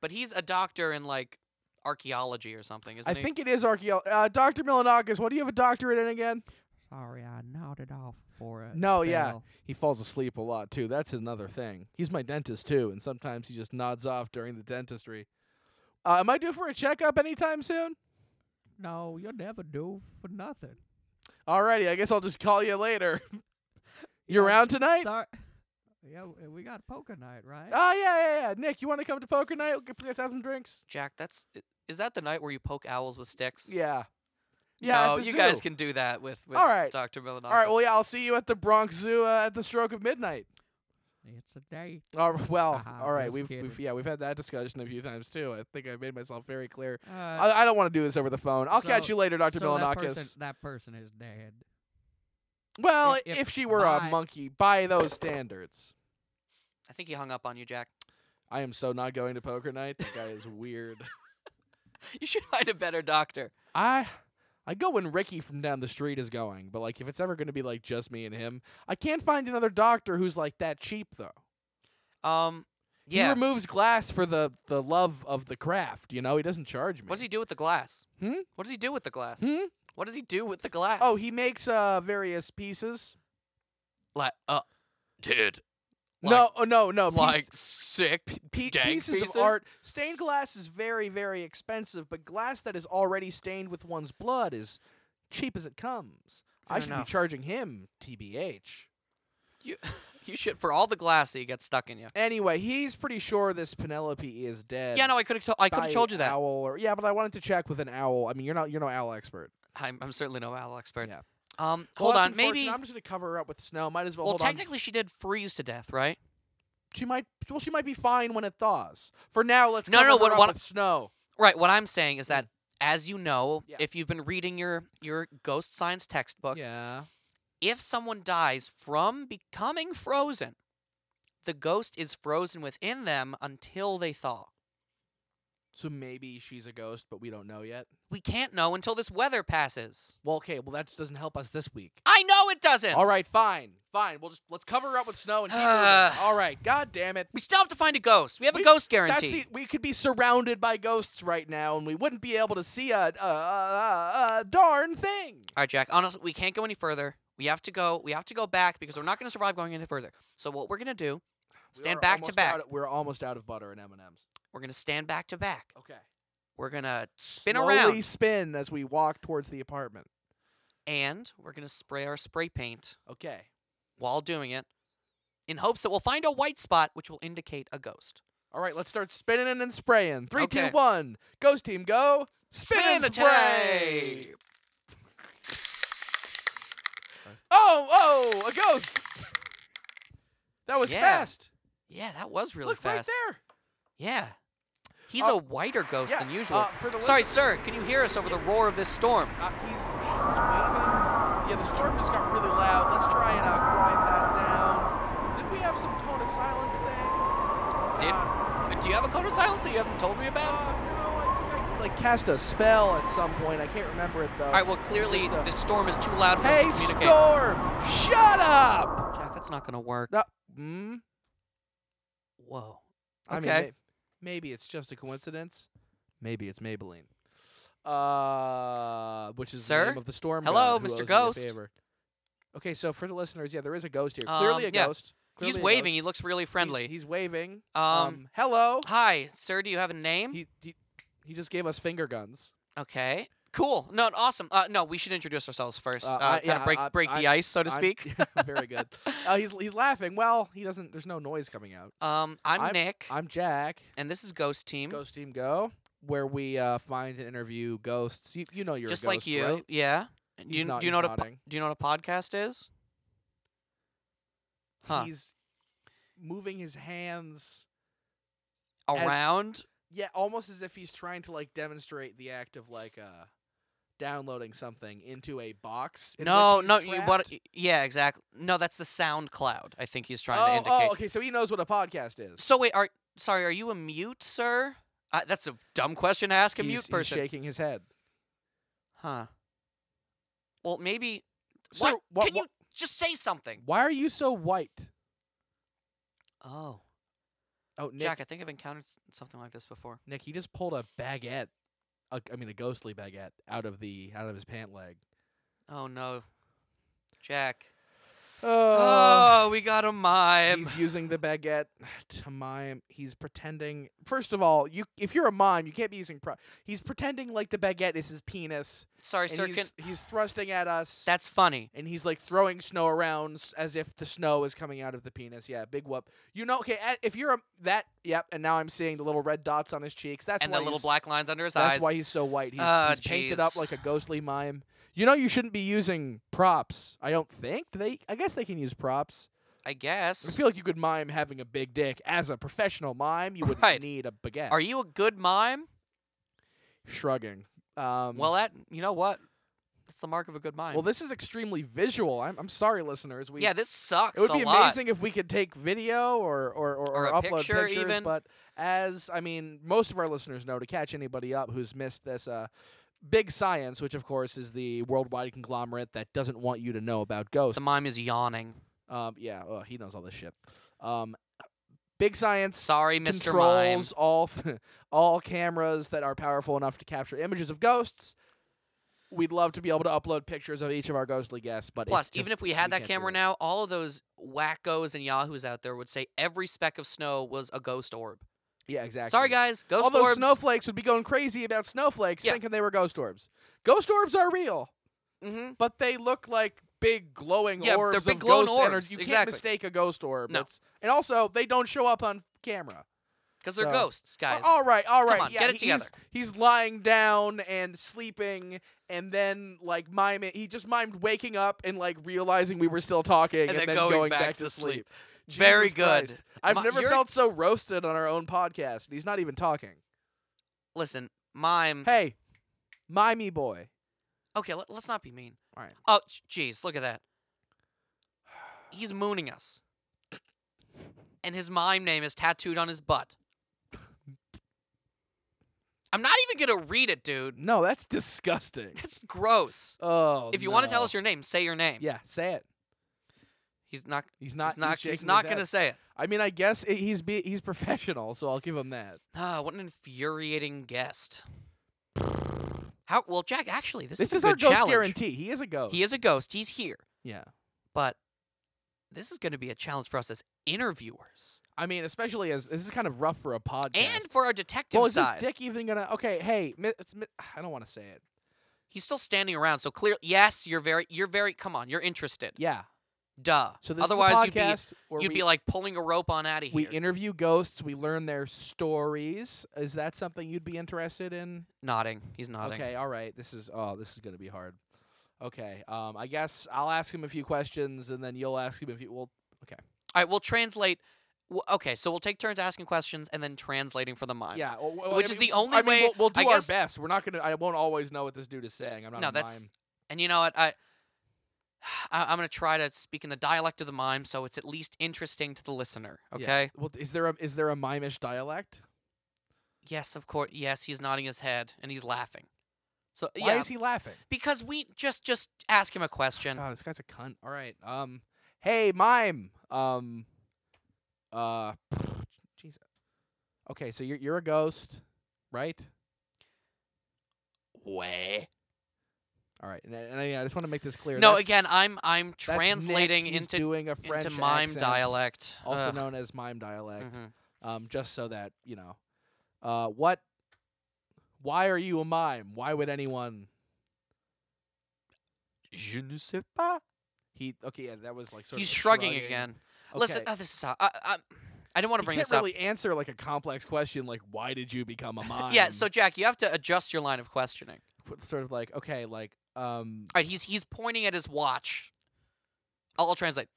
[SPEAKER 3] But he's a doctor in like archaeology or something, isn't
[SPEAKER 2] I
[SPEAKER 3] he?
[SPEAKER 2] think it is archaeology. Uh, Dr. Milanakis, what do you have a doctorate in again?
[SPEAKER 5] Sorry, I nodded off for
[SPEAKER 3] Uh,
[SPEAKER 5] a
[SPEAKER 2] No, yeah.
[SPEAKER 5] spell.
[SPEAKER 2] He falls asleep a lot, too. That's another thing. He's my dentist, too, and sometimes he just nods off during the dentistry. Uh, am I due for a checkup anytime soon?
[SPEAKER 5] No, you'll never do for nothing.
[SPEAKER 2] Alrighty, I guess I'll just call you later. you
[SPEAKER 5] Yeah,
[SPEAKER 2] around tonight?
[SPEAKER 5] Sorry. Yeah, w- we got poker night, right?
[SPEAKER 2] Oh yeah, yeah, yeah. Nick, you want to come to poker night? We'll get, let's have some drinks.
[SPEAKER 3] Jack, that's i- is that the night where you poke owls with sticks?
[SPEAKER 2] Yeah, yeah.
[SPEAKER 3] No,
[SPEAKER 2] at the
[SPEAKER 3] Oh, you guys
[SPEAKER 2] zoo.
[SPEAKER 3] can do that with, with
[SPEAKER 2] All right.
[SPEAKER 3] Dr. Milanakis.
[SPEAKER 2] All right. Well, yeah. I'll see you at the Bronx Zoo uh, at the stroke of midnight.
[SPEAKER 5] It's a date.
[SPEAKER 2] All right, well,
[SPEAKER 5] Haha,
[SPEAKER 2] all right.
[SPEAKER 5] just
[SPEAKER 2] We've,
[SPEAKER 5] kidding.
[SPEAKER 2] we've yeah we've had that discussion a few times too. I think I made myself very clear.
[SPEAKER 5] Uh,
[SPEAKER 2] I, I don't want to do this over the phone. I'll catch
[SPEAKER 5] so-
[SPEAKER 2] you later, Doctor
[SPEAKER 5] so that
[SPEAKER 2] Milanakis.
[SPEAKER 5] person, that person is dead.
[SPEAKER 2] well,
[SPEAKER 5] if-
[SPEAKER 2] if,
[SPEAKER 5] if
[SPEAKER 2] she were a
[SPEAKER 5] by-
[SPEAKER 2] monkey, by those standards,
[SPEAKER 3] I think he hung up on you, Jack.
[SPEAKER 2] I am so not going to poker night. That guy is weird.
[SPEAKER 3] You should find a better doctor.
[SPEAKER 2] I I go when Ricky from down the street is going, but like if it's ever going to be like just me and him, I can't find another doctor who's like that cheap though.
[SPEAKER 3] Um
[SPEAKER 2] He
[SPEAKER 3] yeah.
[SPEAKER 2] removes glass for the the love of the craft, you know? He doesn't charge me.
[SPEAKER 3] What does he do with the glass?
[SPEAKER 2] Hmm?
[SPEAKER 3] What does he do with the glass?
[SPEAKER 2] Hmm?
[SPEAKER 3] What does he do with the glass?
[SPEAKER 2] Oh, he makes uh various pieces.
[SPEAKER 3] like uh dude.
[SPEAKER 2] no, oh, no, no, piece-
[SPEAKER 3] like sick
[SPEAKER 2] pi-
[SPEAKER 3] dank
[SPEAKER 2] pieces,
[SPEAKER 3] pieces
[SPEAKER 2] of art. Stained glass is very very expensive, but glass that is already stained with one's blood is cheap as it comes. I
[SPEAKER 3] Fair
[SPEAKER 2] should
[SPEAKER 3] enough.
[SPEAKER 2] be charging him TBH.
[SPEAKER 3] You you should for all the glass that you got stuck in you.
[SPEAKER 2] Anyway, he's pretty sure this Penelope is dead.
[SPEAKER 3] Yeah, no, I could have to- I could
[SPEAKER 2] by
[SPEAKER 3] have told you that.
[SPEAKER 2] Owl or yeah, but I wanted to check with an owl. I mean, you're not you're no owl expert.
[SPEAKER 3] I'm, I'm certainly no owl expert.
[SPEAKER 2] Yeah.
[SPEAKER 3] Um,
[SPEAKER 2] Well,
[SPEAKER 3] hold
[SPEAKER 2] that's
[SPEAKER 3] on, maybe.
[SPEAKER 2] unfortunate. I'm just gonna cover her up with snow. Might as well.
[SPEAKER 3] well,
[SPEAKER 2] hold on.
[SPEAKER 3] technically, she did freeze to death, right?
[SPEAKER 2] she might. Well, she might be fine when it thaws. For now, let's
[SPEAKER 3] No,
[SPEAKER 2] cover
[SPEAKER 3] no,
[SPEAKER 2] her
[SPEAKER 3] what-
[SPEAKER 2] up
[SPEAKER 3] what-
[SPEAKER 2] with snow.
[SPEAKER 3] Right. What I'm saying is that, as you know,
[SPEAKER 2] Yeah.
[SPEAKER 3] if you've been reading your your ghost science textbooks,
[SPEAKER 2] Yeah.
[SPEAKER 3] if someone dies from becoming frozen, the ghost is frozen within them until they thaw.
[SPEAKER 2] So maybe she's a ghost, but we don't know yet.
[SPEAKER 3] We can't know until this weather passes.
[SPEAKER 2] Well, okay. Well, that doesn't help us this week.
[SPEAKER 3] I know it doesn't.
[SPEAKER 2] All right, fine, fine. We'll just let's cover her up with snow and keep
[SPEAKER 3] Ah.
[SPEAKER 2] moving. All right. God damn it.
[SPEAKER 3] We still have to find a ghost. We have
[SPEAKER 2] We-
[SPEAKER 3] a ghost
[SPEAKER 2] That's
[SPEAKER 3] guarantee.
[SPEAKER 2] the, we could be surrounded by ghosts right now, and we wouldn't be able to see a a, a, a, a darn thing.
[SPEAKER 3] All right, Jack. Honestly, we can't go any further. We have to go. We have to go back because we're not going to survive going any further. So what we're going to do?
[SPEAKER 2] We
[SPEAKER 3] Stand
[SPEAKER 2] are
[SPEAKER 3] back to
[SPEAKER 2] almost
[SPEAKER 3] back.
[SPEAKER 2] out- we're almost out of butter and M and M's.
[SPEAKER 3] We're going to stand back to back.
[SPEAKER 2] Okay.
[SPEAKER 3] We're going to spin
[SPEAKER 2] Slowly
[SPEAKER 3] around
[SPEAKER 2] spin as we walk towards the apartment.
[SPEAKER 3] and we're going to spray our spray paint
[SPEAKER 2] Okay.
[SPEAKER 3] while doing it, in hopes that we'll find a white spot, which will indicate a ghost.
[SPEAKER 2] All right, let's start spinning and spraying. Three, two, one.
[SPEAKER 3] Okay.
[SPEAKER 2] Ghost team, go! Spin, and spray.
[SPEAKER 3] attack!
[SPEAKER 2] Oh, oh, a ghost! That was
[SPEAKER 3] Yeah,
[SPEAKER 2] fast.
[SPEAKER 3] Yeah, that was really
[SPEAKER 2] Look
[SPEAKER 3] fast.
[SPEAKER 2] right
[SPEAKER 3] Yeah. He's
[SPEAKER 2] Uh,
[SPEAKER 3] a whiter ghost
[SPEAKER 2] yeah,
[SPEAKER 3] than usual.
[SPEAKER 2] uh, for the
[SPEAKER 3] Sorry,
[SPEAKER 2] listen-
[SPEAKER 3] sir. Can you hear us over the roar of this storm?
[SPEAKER 2] there. Uh, he's, he's waving. Yeah, the storm just got really loud. Let's try and uh, quiet that down. Did we have some tone of silence thing?
[SPEAKER 3] Did
[SPEAKER 2] Uh,
[SPEAKER 3] do you have a code of silence that you haven't told me about?
[SPEAKER 2] Uh, no, I think I like cast a spell at some point. I can't remember it though.
[SPEAKER 3] All right. Well, clearly
[SPEAKER 2] Just, uh,
[SPEAKER 3] the storm is too loud for
[SPEAKER 2] hey,
[SPEAKER 3] us to communicate.
[SPEAKER 2] storm! Shut up!
[SPEAKER 3] Jack, that's not gonna work.
[SPEAKER 2] No, mm,
[SPEAKER 3] Whoa.
[SPEAKER 2] I mean,
[SPEAKER 3] Okay.
[SPEAKER 2] may- maybe it's just a coincidence. Maybe it's Maybelline. Uh, which is the
[SPEAKER 3] Sir?
[SPEAKER 2] name of the storm.
[SPEAKER 3] Hello,
[SPEAKER 2] god who
[SPEAKER 3] Mr.
[SPEAKER 2] owes me a
[SPEAKER 3] Ghost.
[SPEAKER 2] favor. Okay, so for the listeners, yeah, there is a ghost here.
[SPEAKER 3] Um,
[SPEAKER 2] Clearly a
[SPEAKER 3] yeah.
[SPEAKER 2] ghost.
[SPEAKER 3] He's
[SPEAKER 2] Clearly a
[SPEAKER 3] waving. He
[SPEAKER 2] ghost.
[SPEAKER 3] looks really
[SPEAKER 2] He's-
[SPEAKER 3] friendly.
[SPEAKER 2] He's, wailing.
[SPEAKER 3] Um,
[SPEAKER 2] hello.
[SPEAKER 3] Hi, sir. Do you have a name?
[SPEAKER 2] He, he he just gave us finger guns.
[SPEAKER 3] okay. Cool. No, awesome. Uh, no, we should introduce ourselves first.
[SPEAKER 2] Uh,
[SPEAKER 3] Uh,
[SPEAKER 2] I-
[SPEAKER 3] kind
[SPEAKER 2] yeah,
[SPEAKER 3] of break
[SPEAKER 2] I-
[SPEAKER 3] break the
[SPEAKER 2] I'm-
[SPEAKER 3] ice, so to
[SPEAKER 2] I'm-
[SPEAKER 3] speak.
[SPEAKER 2] very good. Uh, he's he's laughing. Well, he doesn't. There's no noise coming out.
[SPEAKER 3] um, I'm,
[SPEAKER 2] I'm-
[SPEAKER 3] Nick,
[SPEAKER 2] I'm Jack.
[SPEAKER 3] and this is Ghost Team.
[SPEAKER 2] Ghost Team Go, where we uh, find and interview ghosts. You, you know you're a
[SPEAKER 3] Just
[SPEAKER 2] ghost,
[SPEAKER 3] like you.
[SPEAKER 2] right?
[SPEAKER 3] Yeah. And
[SPEAKER 2] He's
[SPEAKER 3] You,
[SPEAKER 2] not-
[SPEAKER 3] do you
[SPEAKER 2] he's
[SPEAKER 3] know what a po-
[SPEAKER 2] nodding.
[SPEAKER 3] do you know what a podcast is? Huh.
[SPEAKER 2] He's moving his hands. As-
[SPEAKER 3] Around.
[SPEAKER 2] Yeah, almost as if he's trying to like demonstrate the act of like uh, downloading something into a box. in
[SPEAKER 3] no,
[SPEAKER 2] which he's
[SPEAKER 3] no. You, what?
[SPEAKER 2] trapped.
[SPEAKER 3] Yeah, exactly. No, that's the sound cloud. I think he's trying to
[SPEAKER 2] Oh,
[SPEAKER 3] indicate.
[SPEAKER 2] oh, okay. So he knows what a podcast is.
[SPEAKER 3] So wait, are sorry, are you a mute, sir? Uh, that's a dumb question to ask a
[SPEAKER 2] he's,
[SPEAKER 3] mute
[SPEAKER 2] he's
[SPEAKER 3] person.
[SPEAKER 2] shaking his head.
[SPEAKER 3] Huh. Well, maybe.
[SPEAKER 2] Sir,
[SPEAKER 3] what?
[SPEAKER 2] wha-
[SPEAKER 3] Can
[SPEAKER 2] wha-
[SPEAKER 3] you just say something?
[SPEAKER 2] Why are you so white?
[SPEAKER 3] Oh,
[SPEAKER 2] Oh, Nick,
[SPEAKER 3] Jack, I think I've encountered s- something like this before.
[SPEAKER 2] Nick, he just pulled a baguette. A, I mean, a ghostly baguette out of the out of his pant leg.
[SPEAKER 3] Oh no, Jack.
[SPEAKER 2] Oh.
[SPEAKER 3] Oh, we got a mime.
[SPEAKER 2] He's using the baguette to mime. He's pretending. First of all, you if you're a mime, you can't be using. Pro- he's pretending like the baguette is his penis,
[SPEAKER 3] Sorry,
[SPEAKER 2] and
[SPEAKER 3] sir.
[SPEAKER 2] he's,
[SPEAKER 3] Can,
[SPEAKER 2] he's thrusting at us.
[SPEAKER 3] that's funny.
[SPEAKER 2] and he's like throwing snow around s- as if the snow is coming out of the penis. Yeah, big whoop. You know, okay. a- If you're a that, yep. And now I'm seeing the little red dots on his cheeks. That's
[SPEAKER 3] and
[SPEAKER 2] why
[SPEAKER 3] the little
[SPEAKER 2] he's-
[SPEAKER 3] black lines under his
[SPEAKER 2] That's
[SPEAKER 3] eyes.
[SPEAKER 2] why he's so white. He's,
[SPEAKER 3] Ah,
[SPEAKER 2] he's painted up
[SPEAKER 3] jeez.
[SPEAKER 2] like a ghostly mime. You know, you shouldn't be using props. I don't think Do they. I guess they can use props.
[SPEAKER 3] I
[SPEAKER 2] I
[SPEAKER 3] guess.
[SPEAKER 2] feel like you could mime having a big dick as a professional mime. You wouldn't
[SPEAKER 3] Right.
[SPEAKER 2] need a baguette.
[SPEAKER 3] Are you a good mime?
[SPEAKER 2] Mm. shrugging? Um,
[SPEAKER 3] Well, that you know what? That's the mark of a good mime.
[SPEAKER 2] well, this is extremely visual. I'm, I'm sorry, listeners. We
[SPEAKER 3] yeah, this sucks
[SPEAKER 2] it would
[SPEAKER 3] a
[SPEAKER 2] be
[SPEAKER 3] lot.
[SPEAKER 2] amazing if we could take video or or, or,
[SPEAKER 3] Or a
[SPEAKER 2] upload
[SPEAKER 3] picture
[SPEAKER 2] pictures.
[SPEAKER 3] even.
[SPEAKER 2] But as I mean, most of our listeners know to catch anybody up who's missed this. Uh, Big Science, which of course is the worldwide conglomerate that doesn't want you to know about ghosts.
[SPEAKER 3] The mime is yawning.
[SPEAKER 2] um, yeah, oh, he knows all this shit. Um, Big Science
[SPEAKER 3] Sorry, Mr. Mime.
[SPEAKER 2] controls all all cameras that are powerful enough to capture images of ghosts. We'd love to be able to upload pictures of each of our ghostly guests, but
[SPEAKER 3] Plus,
[SPEAKER 2] it's just-
[SPEAKER 3] even if we had that
[SPEAKER 2] can't do
[SPEAKER 3] camera
[SPEAKER 2] it.
[SPEAKER 3] now, all of those wackos and yahoos out there would say every speck of snow was a ghost orb.
[SPEAKER 2] yeah, exactly.
[SPEAKER 3] Sorry, guys, ghost
[SPEAKER 2] All those
[SPEAKER 3] orbs.
[SPEAKER 2] snowflakes would be going crazy about snowflakes,
[SPEAKER 3] Yeah.
[SPEAKER 2] thinking they were ghost orbs. Ghost orbs are real.
[SPEAKER 3] Mm-hmm.
[SPEAKER 2] but they look like big glowing
[SPEAKER 3] Yeah, they're
[SPEAKER 2] orbs
[SPEAKER 3] big
[SPEAKER 2] of
[SPEAKER 3] glowing
[SPEAKER 2] ghost ener-
[SPEAKER 3] orbs,
[SPEAKER 2] You can't
[SPEAKER 3] exactly.
[SPEAKER 2] mistake a ghost orb.
[SPEAKER 3] No.
[SPEAKER 2] It's- and also they don't show up on camera.
[SPEAKER 3] Because they're
[SPEAKER 2] So- uh,
[SPEAKER 3] ghosts, guys.
[SPEAKER 2] all right, all right.
[SPEAKER 3] on,
[SPEAKER 2] yeah,
[SPEAKER 3] get it
[SPEAKER 2] he- he's- He's, lying down and sleeping, and then like mime. He just mimed waking up and like realizing we were still talking, and,
[SPEAKER 3] And then going back to sleep.
[SPEAKER 2] Jesus
[SPEAKER 3] Very good.
[SPEAKER 2] Christ. I've
[SPEAKER 3] My-
[SPEAKER 2] never
[SPEAKER 3] you're-
[SPEAKER 2] felt so roasted on our own podcast. He's not even talking.
[SPEAKER 3] Listen, mime.
[SPEAKER 2] Hey, mimey boy.
[SPEAKER 3] Okay, let, let's not be mean.
[SPEAKER 2] All right.
[SPEAKER 3] Oh, j- jeez, look at that. He's mooning us. And his mime name is tattooed on his butt. I'm not even going to read it, dude.
[SPEAKER 2] No, that's disgusting.
[SPEAKER 3] That's gross.
[SPEAKER 2] Oh,
[SPEAKER 3] if you want to tell
[SPEAKER 2] no.
[SPEAKER 3] us your name, say your name.
[SPEAKER 2] yeah, say it.
[SPEAKER 3] He's not
[SPEAKER 2] He's not.
[SPEAKER 3] he's not
[SPEAKER 2] He's,
[SPEAKER 3] he's not
[SPEAKER 2] going
[SPEAKER 3] going to say it.
[SPEAKER 2] I mean, I guess i he's be, he's professional, so I'll give him that.
[SPEAKER 3] Ah, what an infuriating guest. How well, Jack, actually, this,
[SPEAKER 2] This
[SPEAKER 3] a
[SPEAKER 2] is our
[SPEAKER 3] good
[SPEAKER 2] ghost
[SPEAKER 3] challenge.
[SPEAKER 2] guarantee. He is a ghost.
[SPEAKER 3] He is a ghost. He's here.
[SPEAKER 2] Yeah.
[SPEAKER 3] But this is going to be a challenge for us as interviewers
[SPEAKER 2] I mean, especially as this is kind of rough for a podcast.
[SPEAKER 3] and for our detective
[SPEAKER 2] well, is
[SPEAKER 3] side.
[SPEAKER 2] this dick even gonna? Okay, hey, mi- it's, mi- I don't want to say it.
[SPEAKER 3] He's still standing around, so clear. Yes, you're very, you're very. Come on, you're interested.
[SPEAKER 2] Yeah.
[SPEAKER 3] Duh.
[SPEAKER 2] So this
[SPEAKER 3] Otherwise,
[SPEAKER 2] is a
[SPEAKER 3] you'd be-
[SPEAKER 2] podcast where
[SPEAKER 3] You'd
[SPEAKER 2] we,
[SPEAKER 3] be like pulling a rope on out of
[SPEAKER 2] we
[SPEAKER 3] here.
[SPEAKER 2] interview ghosts, we learn their stories. Is that something you'd be interested in?
[SPEAKER 3] nodding. He's nodding.
[SPEAKER 2] Okay, all right. This is oh, this is gonna be hard. Okay, um, I guess I'll ask him a few questions, and then you'll ask him a few. Well,
[SPEAKER 3] All right, we'll translate. w- Okay, so we'll take turns asking questions and then translating for the mime.
[SPEAKER 2] yeah, well, well,
[SPEAKER 3] Which
[SPEAKER 2] I
[SPEAKER 3] is
[SPEAKER 2] mean-
[SPEAKER 3] the only
[SPEAKER 2] I mean,
[SPEAKER 3] way-
[SPEAKER 2] We'll, we'll do
[SPEAKER 3] I
[SPEAKER 2] our
[SPEAKER 3] guess-
[SPEAKER 2] best. We're not gonna. I won't always know what this dude is saying. I'm not.
[SPEAKER 3] No,
[SPEAKER 2] a
[SPEAKER 3] that's-
[SPEAKER 2] mime.
[SPEAKER 3] And you know what? I, I I'm gonna try to speak in the dialect of the mime, so it's at least interesting to the listener.
[SPEAKER 2] Yeah.
[SPEAKER 3] Okay.
[SPEAKER 2] Well, is there a is there a mimish dialect?
[SPEAKER 3] Yes, of course. Yes, he's nodding his head and he's laughing. So
[SPEAKER 2] Why
[SPEAKER 3] yeah,
[SPEAKER 2] is he laughing?
[SPEAKER 3] because we just just ask him a question.
[SPEAKER 2] God, Oh, this guy's a cunt. All right. Um, hey, mime. Um, uh, Jesus. Okay, so you're you're a ghost, right?
[SPEAKER 3] Way.
[SPEAKER 2] All right, and, and I, I just want to make this clear.
[SPEAKER 3] No,
[SPEAKER 2] That's-
[SPEAKER 3] again, I'm I'm
[SPEAKER 2] that's Nick.
[SPEAKER 3] translating
[SPEAKER 2] He's
[SPEAKER 3] into
[SPEAKER 2] doing a French
[SPEAKER 3] into mime
[SPEAKER 2] accent,
[SPEAKER 3] dialect.
[SPEAKER 2] also
[SPEAKER 3] Ugh.
[SPEAKER 2] known as mime dialect.
[SPEAKER 3] Mhm.
[SPEAKER 2] Um, just so that you know, uh, what? Why are you a mime? Why would anyone?
[SPEAKER 3] Je ne sais pas.
[SPEAKER 2] He okay, yeah, that was like sort
[SPEAKER 3] He's
[SPEAKER 2] of a
[SPEAKER 3] shrugging,
[SPEAKER 2] shrugging.
[SPEAKER 3] again.
[SPEAKER 2] Okay.
[SPEAKER 3] Listen, oh, this is. so- I, I, I didn't want to
[SPEAKER 2] You
[SPEAKER 3] bring
[SPEAKER 2] can't
[SPEAKER 3] this
[SPEAKER 2] really answer like a complex question like why did you become a mime?
[SPEAKER 3] up. Yeah, so Jack, you have to adjust your line of questioning.
[SPEAKER 2] Qu- sort of like okay, like um,
[SPEAKER 3] All right, he's he's pointing at his watch. I'll, I'll translate.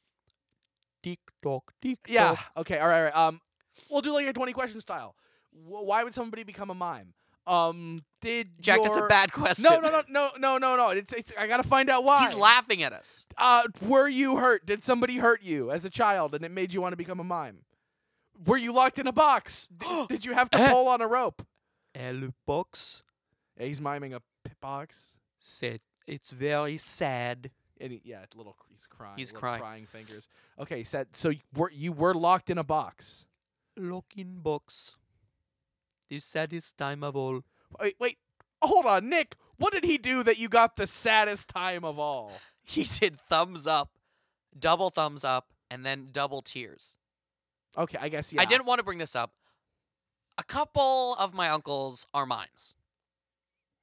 [SPEAKER 3] Tick tock, tick
[SPEAKER 2] yeah, okay, all right, all right. Um, we'll do like a twenty question style. Wh- why would somebody become a mime? Um, did
[SPEAKER 3] Jack, that's a
[SPEAKER 2] your-
[SPEAKER 3] bad question.
[SPEAKER 2] No, no, no, no, no, no, no. It's, it's. I gotta find out why.
[SPEAKER 3] He's laughing at us.
[SPEAKER 2] Uh, were you hurt? Did somebody hurt you as a child, and it made you want to become a mime? Were you locked in a box? D- did you have to
[SPEAKER 3] Eh.
[SPEAKER 2] pull on a rope?
[SPEAKER 3] Elle box,
[SPEAKER 2] Yeah, he's miming a p- box.
[SPEAKER 3] c'est, it's very sad.
[SPEAKER 2] And he, yeah, it's a little cr- he's crying.
[SPEAKER 3] He's
[SPEAKER 2] little
[SPEAKER 3] crying.
[SPEAKER 2] fingers. Okay, he said so. You were you were locked in a box?
[SPEAKER 3] Locking box, the saddest time of all.
[SPEAKER 2] Wait, wait, hold on, Nick. What did he do that you got the saddest time of all?
[SPEAKER 3] He did thumbs up, double thumbs up, and then double tears.
[SPEAKER 2] Okay, I guess yeah.
[SPEAKER 3] I didn't want to bring this up. A couple of my uncles are mimes.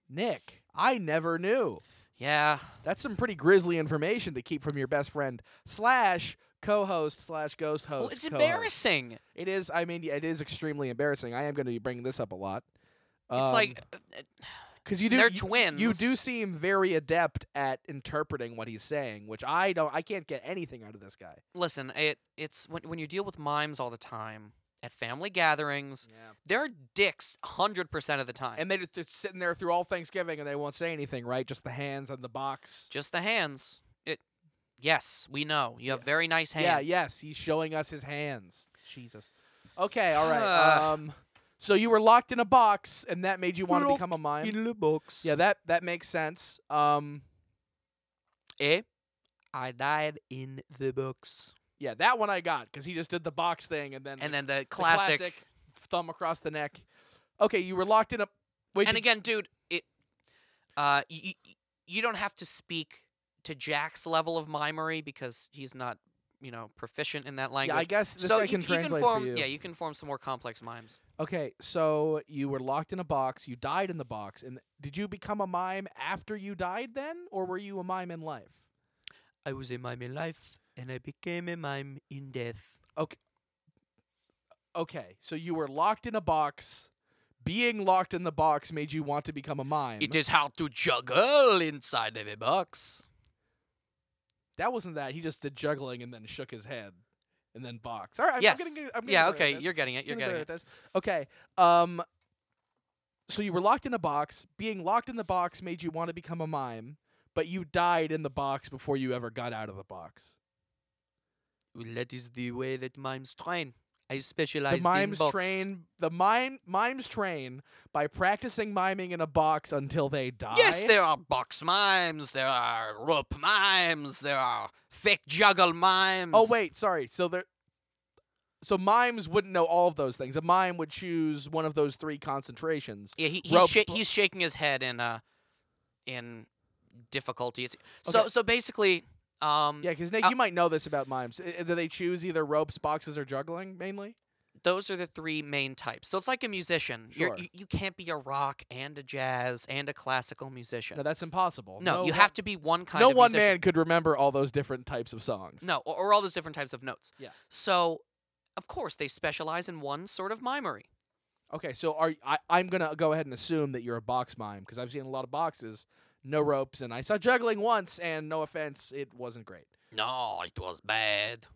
[SPEAKER 2] Nick, I never knew.
[SPEAKER 3] Yeah,
[SPEAKER 2] That's some pretty grisly information to keep from your best friend slash co-host slash ghost host.
[SPEAKER 3] well, it's
[SPEAKER 2] co-host.
[SPEAKER 3] embarrassing.
[SPEAKER 2] It is. I mean, yeah, it is extremely embarrassing. I am going to be bringing this up a lot.
[SPEAKER 3] it's
[SPEAKER 2] Um,
[SPEAKER 3] like uh, uh,
[SPEAKER 2] Because you do,
[SPEAKER 3] They're
[SPEAKER 2] you,
[SPEAKER 3] twins.
[SPEAKER 2] You do seem very adept at interpreting what he's saying, which I don't. I can't get anything out of this guy.
[SPEAKER 3] listen. It it's when when you deal with mimes all the time at family gatherings,
[SPEAKER 2] Yeah.
[SPEAKER 3] they're dicks hundred percent of the time.
[SPEAKER 2] And they just- they're sitting there through all Thanksgiving, and they won't say anything, right? Just the hands on the box.
[SPEAKER 3] Just the hands. It. Yes, we know you have very nice hands.
[SPEAKER 2] Yeah. Yes, he's showing us his hands. Jesus. Okay. All right.
[SPEAKER 3] Ah.
[SPEAKER 2] um. So you were locked in a box, and that made you want to become a mime.
[SPEAKER 3] the box.
[SPEAKER 2] Yeah. That that makes sense. Um.
[SPEAKER 3] Eh? I died in the box.
[SPEAKER 2] Yeah. That one I got because he just did the box thing, and then
[SPEAKER 3] And
[SPEAKER 2] the
[SPEAKER 3] then the
[SPEAKER 2] the
[SPEAKER 3] classic.
[SPEAKER 2] thumb across the neck. Okay, you were locked in a. Wait,
[SPEAKER 3] and
[SPEAKER 2] you-
[SPEAKER 3] again, dude, it. Uh, you, you don't have to speak to Jack's level of mimery because he's not
[SPEAKER 4] you know proficient in that
[SPEAKER 2] Yeah,
[SPEAKER 4] language.
[SPEAKER 2] I guess this
[SPEAKER 4] so
[SPEAKER 2] guy
[SPEAKER 4] you,
[SPEAKER 2] can
[SPEAKER 4] you
[SPEAKER 2] translate
[SPEAKER 4] form,
[SPEAKER 2] for you.
[SPEAKER 4] Yeah, you can form some more complex mimes.
[SPEAKER 2] Okay, so you were locked in a box. You died in the box, and did you become a mime after you died then, or were you a mime in life?
[SPEAKER 4] I was a mime in life, and I became a mime in death.
[SPEAKER 2] Okay, so you were locked in a box. Being locked in the box made you want to become a mime.
[SPEAKER 4] It is hard to juggle inside of a box.
[SPEAKER 2] That wasn't that. He just did juggling and then shook his head, and then box. All right, I'm-
[SPEAKER 4] yes.
[SPEAKER 2] I'm getting. good- I'm getting
[SPEAKER 4] yeah.
[SPEAKER 2] better at
[SPEAKER 4] Okay.
[SPEAKER 2] this.
[SPEAKER 4] You're getting it. You're
[SPEAKER 2] Really better
[SPEAKER 4] getting it.
[SPEAKER 2] at this. Okay. Um. So you were locked in a box. Being locked in the box made you want to become a mime, but you died in the box before you ever got out of the box.
[SPEAKER 4] Well, that is the way that mimes train. I
[SPEAKER 2] The
[SPEAKER 4] specialize
[SPEAKER 2] mimes
[SPEAKER 4] in box.
[SPEAKER 2] train the mime mimes train by practicing miming in a box until they die.
[SPEAKER 4] Yes, there are box mimes. There are rope mimes. There are fake juggle mimes.
[SPEAKER 2] Oh wait, sorry. So there. So mimes wouldn't know all of those things. A mime would choose one of those three concentrations.
[SPEAKER 4] Yeah, he, he's,
[SPEAKER 2] Rope
[SPEAKER 4] sha-
[SPEAKER 2] bl-
[SPEAKER 4] he's shaking his head in uh in difficulty. It's, So so basically, um,
[SPEAKER 2] Yeah, because Nick,
[SPEAKER 4] Uh,
[SPEAKER 2] you might know this about mimes. I- Do they choose either ropes, boxes, or juggling mainly?
[SPEAKER 4] those are the three main types. So it's like a musician. You're,
[SPEAKER 2] Sure.
[SPEAKER 4] you you can't be a rock and a jazz and a classical musician.
[SPEAKER 2] No, that's impossible.
[SPEAKER 4] No, you
[SPEAKER 2] one-
[SPEAKER 4] have to be one kind
[SPEAKER 2] no
[SPEAKER 4] of
[SPEAKER 2] one
[SPEAKER 4] musician.
[SPEAKER 2] man could remember all those different types of songs.
[SPEAKER 4] No, or, or all those different types of notes.
[SPEAKER 2] Yeah.
[SPEAKER 4] So, of course, they specialize in one sort of mimery.
[SPEAKER 2] Okay, so are I, I'm gonna go ahead and assume that you're a box mime because I've seen a lot of boxes, no ropes, and I saw juggling once, and no offense, it wasn't great.
[SPEAKER 4] No, it was bad.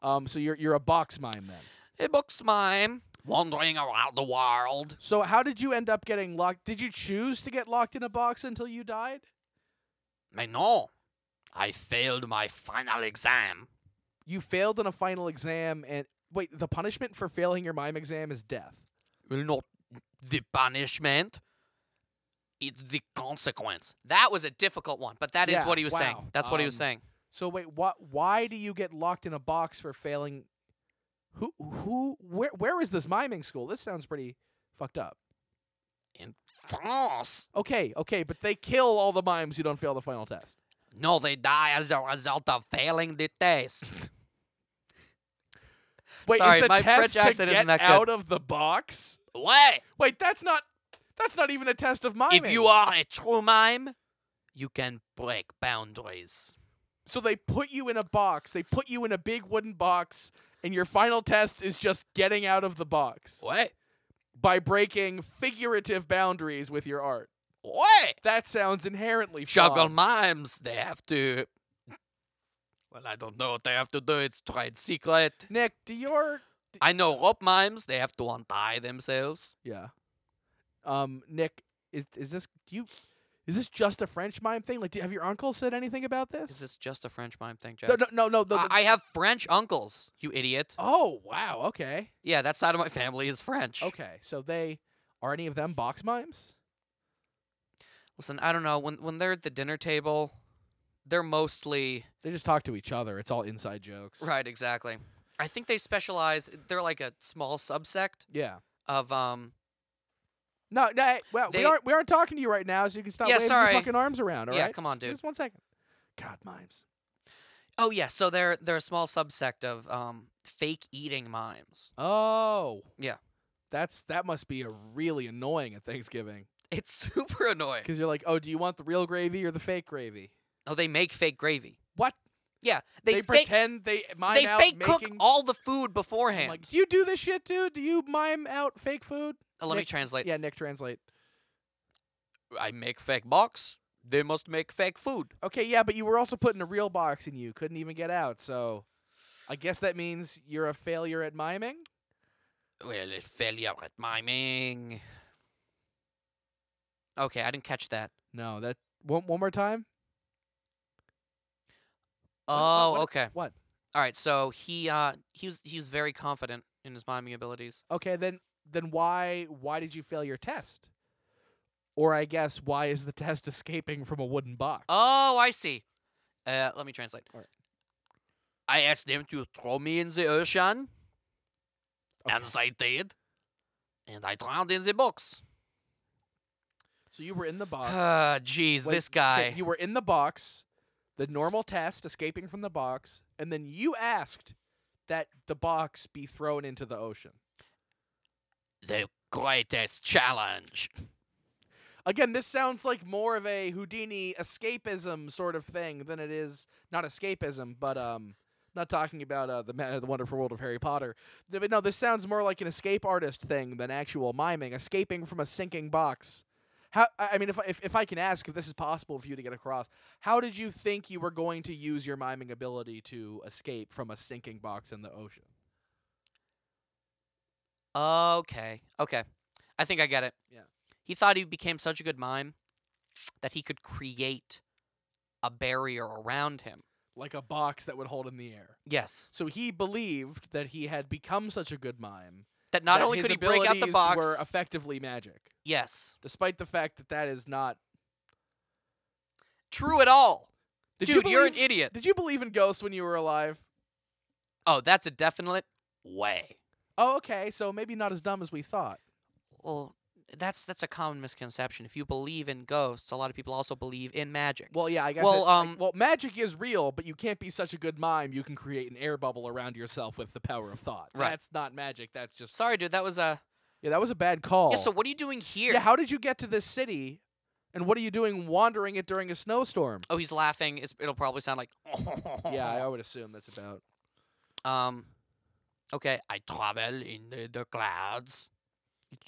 [SPEAKER 2] Um, so you're you're a box mime then.
[SPEAKER 4] A box mime wandering around the world.
[SPEAKER 2] So how did you end up getting locked? Did you choose to get locked in a box until you died?
[SPEAKER 4] Mais no, I failed my final exam.
[SPEAKER 2] You failed in a final exam, and wait, the punishment for failing your mime exam is death.
[SPEAKER 4] Well, not the punishment. It's the consequence. That was a difficult one, but that is
[SPEAKER 2] Yeah,
[SPEAKER 4] what he was saying.
[SPEAKER 2] wow.
[SPEAKER 4] That's what he was
[SPEAKER 2] Um,
[SPEAKER 4] saying.
[SPEAKER 2] So wait, what? Why do you get locked in a box for failing? Who? Who? Where? Where is this miming school? This sounds pretty fucked up.
[SPEAKER 4] In France,
[SPEAKER 2] Okay, okay, but they kill all the mimes who don't fail the final test.
[SPEAKER 4] No, they die as a result of failing the test.
[SPEAKER 2] Wait,
[SPEAKER 4] Sorry,
[SPEAKER 2] is the
[SPEAKER 4] my
[SPEAKER 2] test
[SPEAKER 4] French
[SPEAKER 2] to
[SPEAKER 4] accent
[SPEAKER 2] get
[SPEAKER 4] isn't that good.
[SPEAKER 2] out of the box?
[SPEAKER 4] Wait,
[SPEAKER 2] Wait, that's not. That's not even a test of miming.
[SPEAKER 4] if you are a true mime, you can break boundaries.
[SPEAKER 2] so they put you in a box. They put you in a big wooden box, and your final test is just getting out of the box
[SPEAKER 4] Wait,
[SPEAKER 2] by breaking figurative boundaries with your art.
[SPEAKER 4] wait.
[SPEAKER 2] That sounds inherently
[SPEAKER 4] Juggle
[SPEAKER 2] flawed.
[SPEAKER 4] mimes, they have to. Well, I don't know what they have to do. It's trade secret.
[SPEAKER 2] Nick, do your
[SPEAKER 4] I know rope mimes, they have to untie themselves.
[SPEAKER 2] Yeah. Um, Nick, is is this do you? Is this just a French mime thing? Like, do, have your uncle said anything about this?
[SPEAKER 4] Is this just a French mime thing, Jack?
[SPEAKER 2] No, no, no, no. The,
[SPEAKER 4] I-,
[SPEAKER 2] the-
[SPEAKER 4] I have French uncles, you idiot.
[SPEAKER 2] oh wow. Okay.
[SPEAKER 4] Yeah, that side of my family is French.
[SPEAKER 2] Okay. So they are any of them box mimes?
[SPEAKER 4] Listen, I don't know. When when they're at the dinner table, they're mostly
[SPEAKER 2] They just talk to each other. It's all inside jokes.
[SPEAKER 4] right. Exactly. I think they specialize. They're like a small subsect
[SPEAKER 2] Yeah.
[SPEAKER 4] of um.
[SPEAKER 2] No. no hey, well,
[SPEAKER 4] They-
[SPEAKER 2] we aren't we aren't talking to you right now, so you can stop
[SPEAKER 4] Yeah,
[SPEAKER 2] waving
[SPEAKER 4] sorry.
[SPEAKER 2] your fucking arms around. All right.
[SPEAKER 4] yeah, come on, dude.
[SPEAKER 2] Just one second. God, mimes.
[SPEAKER 4] Oh yeah, so they're they're a small subsect of um fake eating mimes.
[SPEAKER 2] Oh.
[SPEAKER 4] Yeah.
[SPEAKER 2] That's that must be a really annoying at Thanksgiving
[SPEAKER 4] It's super annoying.
[SPEAKER 2] because you're like, oh, do you want the real gravy or the fake gravy?
[SPEAKER 4] Oh, they make fake gravy.
[SPEAKER 2] What?
[SPEAKER 4] Yeah,
[SPEAKER 2] They,
[SPEAKER 4] they, fake
[SPEAKER 2] pretend they mime
[SPEAKER 4] they
[SPEAKER 2] out
[SPEAKER 4] fake cook
[SPEAKER 2] making. Oh
[SPEAKER 4] all the food
[SPEAKER 2] I'm
[SPEAKER 4] beforehand.
[SPEAKER 2] like, do you do this shit, dude? Do you mime out fake food?
[SPEAKER 4] Uh, let me
[SPEAKER 2] Nick-
[SPEAKER 4] translate.
[SPEAKER 2] Yeah, Nick, translate.
[SPEAKER 4] I make fake box. They must make fake food.
[SPEAKER 2] Okay, yeah, but you were also putting a real box in you, couldn't even get out. So, I guess that means you're a failure at miming.
[SPEAKER 4] Well, a failure at miming. Okay, I didn't catch that.
[SPEAKER 2] No, that one one more time. What-
[SPEAKER 4] Oh,
[SPEAKER 2] what-
[SPEAKER 4] okay.
[SPEAKER 2] What?
[SPEAKER 4] All right. So he uh he was he was very confident in his miming abilities.
[SPEAKER 2] Okay, then then why why did you fail your test? Or I guess why is the test escaping from a wooden box?
[SPEAKER 4] Oh, I see. Uh, let me translate.
[SPEAKER 2] All right.
[SPEAKER 4] I asked them to throw me in the ocean,
[SPEAKER 2] Okay.
[SPEAKER 4] and they did, and I drowned in the box.
[SPEAKER 2] So you were in the box.
[SPEAKER 4] Ah, jeez,
[SPEAKER 2] Wait,
[SPEAKER 4] this
[SPEAKER 2] Okay,
[SPEAKER 4] guy.
[SPEAKER 2] you were in the box, the normal test, escaping from the box. and then you asked that the box be thrown into the ocean.
[SPEAKER 4] The greatest challenge.
[SPEAKER 2] Again, this sounds like more of a Houdini escapism sort of thing than it is not escapism, but um, not talking about uh, the man of the wonderful world of Harry Potter. No, But no, this sounds more like an escape artist thing than actual miming, escaping from a sinking box. How I I mean, if I- if if I can ask if this is possible for you to get across, how did you think you were going to use your miming ability to escape from a sinking box in the ocean?
[SPEAKER 4] Okay. Okay. I think I get it.
[SPEAKER 2] Yeah.
[SPEAKER 4] He thought he became such a good mime that he could create a barrier around him.
[SPEAKER 2] Like a box that would hold in the air.
[SPEAKER 4] Yes.
[SPEAKER 2] So he believed that he had become such a good mime.
[SPEAKER 4] That not
[SPEAKER 2] that
[SPEAKER 4] only
[SPEAKER 2] his
[SPEAKER 4] could he break out the
[SPEAKER 2] abilities
[SPEAKER 4] box.
[SPEAKER 2] were effectively magic,
[SPEAKER 4] yes.
[SPEAKER 2] despite the fact that that is not.
[SPEAKER 4] True at all.
[SPEAKER 2] Did
[SPEAKER 4] Dude,
[SPEAKER 2] you
[SPEAKER 4] are an
[SPEAKER 2] believe-
[SPEAKER 4] idiot.
[SPEAKER 2] Did you believe in ghosts when you were alive?
[SPEAKER 4] Oh, that's a definite way.
[SPEAKER 2] Oh, okay. So maybe not as dumb as we thought.
[SPEAKER 4] Well, that's that's a common misconception. If you believe in ghosts, a lot of people also believe in magic.
[SPEAKER 2] Well, yeah, I guess.
[SPEAKER 4] Well,
[SPEAKER 2] it- like,
[SPEAKER 4] um,
[SPEAKER 2] well, magic is real, but you can't be such a good mime. You can create an air bubble around yourself with the power of thought.
[SPEAKER 4] Right.
[SPEAKER 2] That's not magic. That's just.
[SPEAKER 4] Sorry, dude. That was a.
[SPEAKER 2] Yeah, that was a bad call.
[SPEAKER 4] Yeah. So what are you doing here?
[SPEAKER 2] Oh. Yeah, how did you get to this city, and what are you doing wandering it during a snowstorm?
[SPEAKER 4] oh, he's laughing. It's, it'll probably sound like.
[SPEAKER 2] yeah, I would assume that's about.
[SPEAKER 4] Um. Okay, I travel in the, the clouds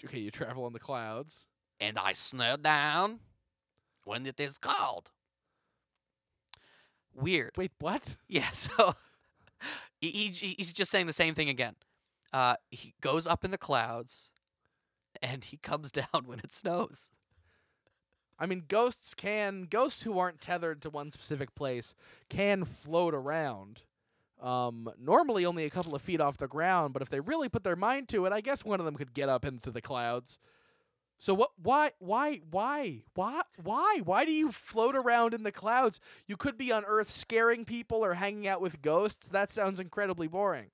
[SPEAKER 2] Okay, you travel on the clouds.
[SPEAKER 4] and I snow down when it is cold. Weird.
[SPEAKER 2] Wait, what?
[SPEAKER 4] Yeah. So he, he j- he's just saying the same thing again. Uh, he goes up in the clouds, and he comes down when it snows.
[SPEAKER 2] I mean, ghosts can ghosts who aren't tethered to one specific place can float around. Um, normally only a couple of feet off the ground, but if they really put their mind to it, I guess one of them could get up into the clouds. So what? Why? Why? Why? Why? Why? Why do you float around in the clouds? You could be on Earth scaring people or hanging out with ghosts. That sounds incredibly boring.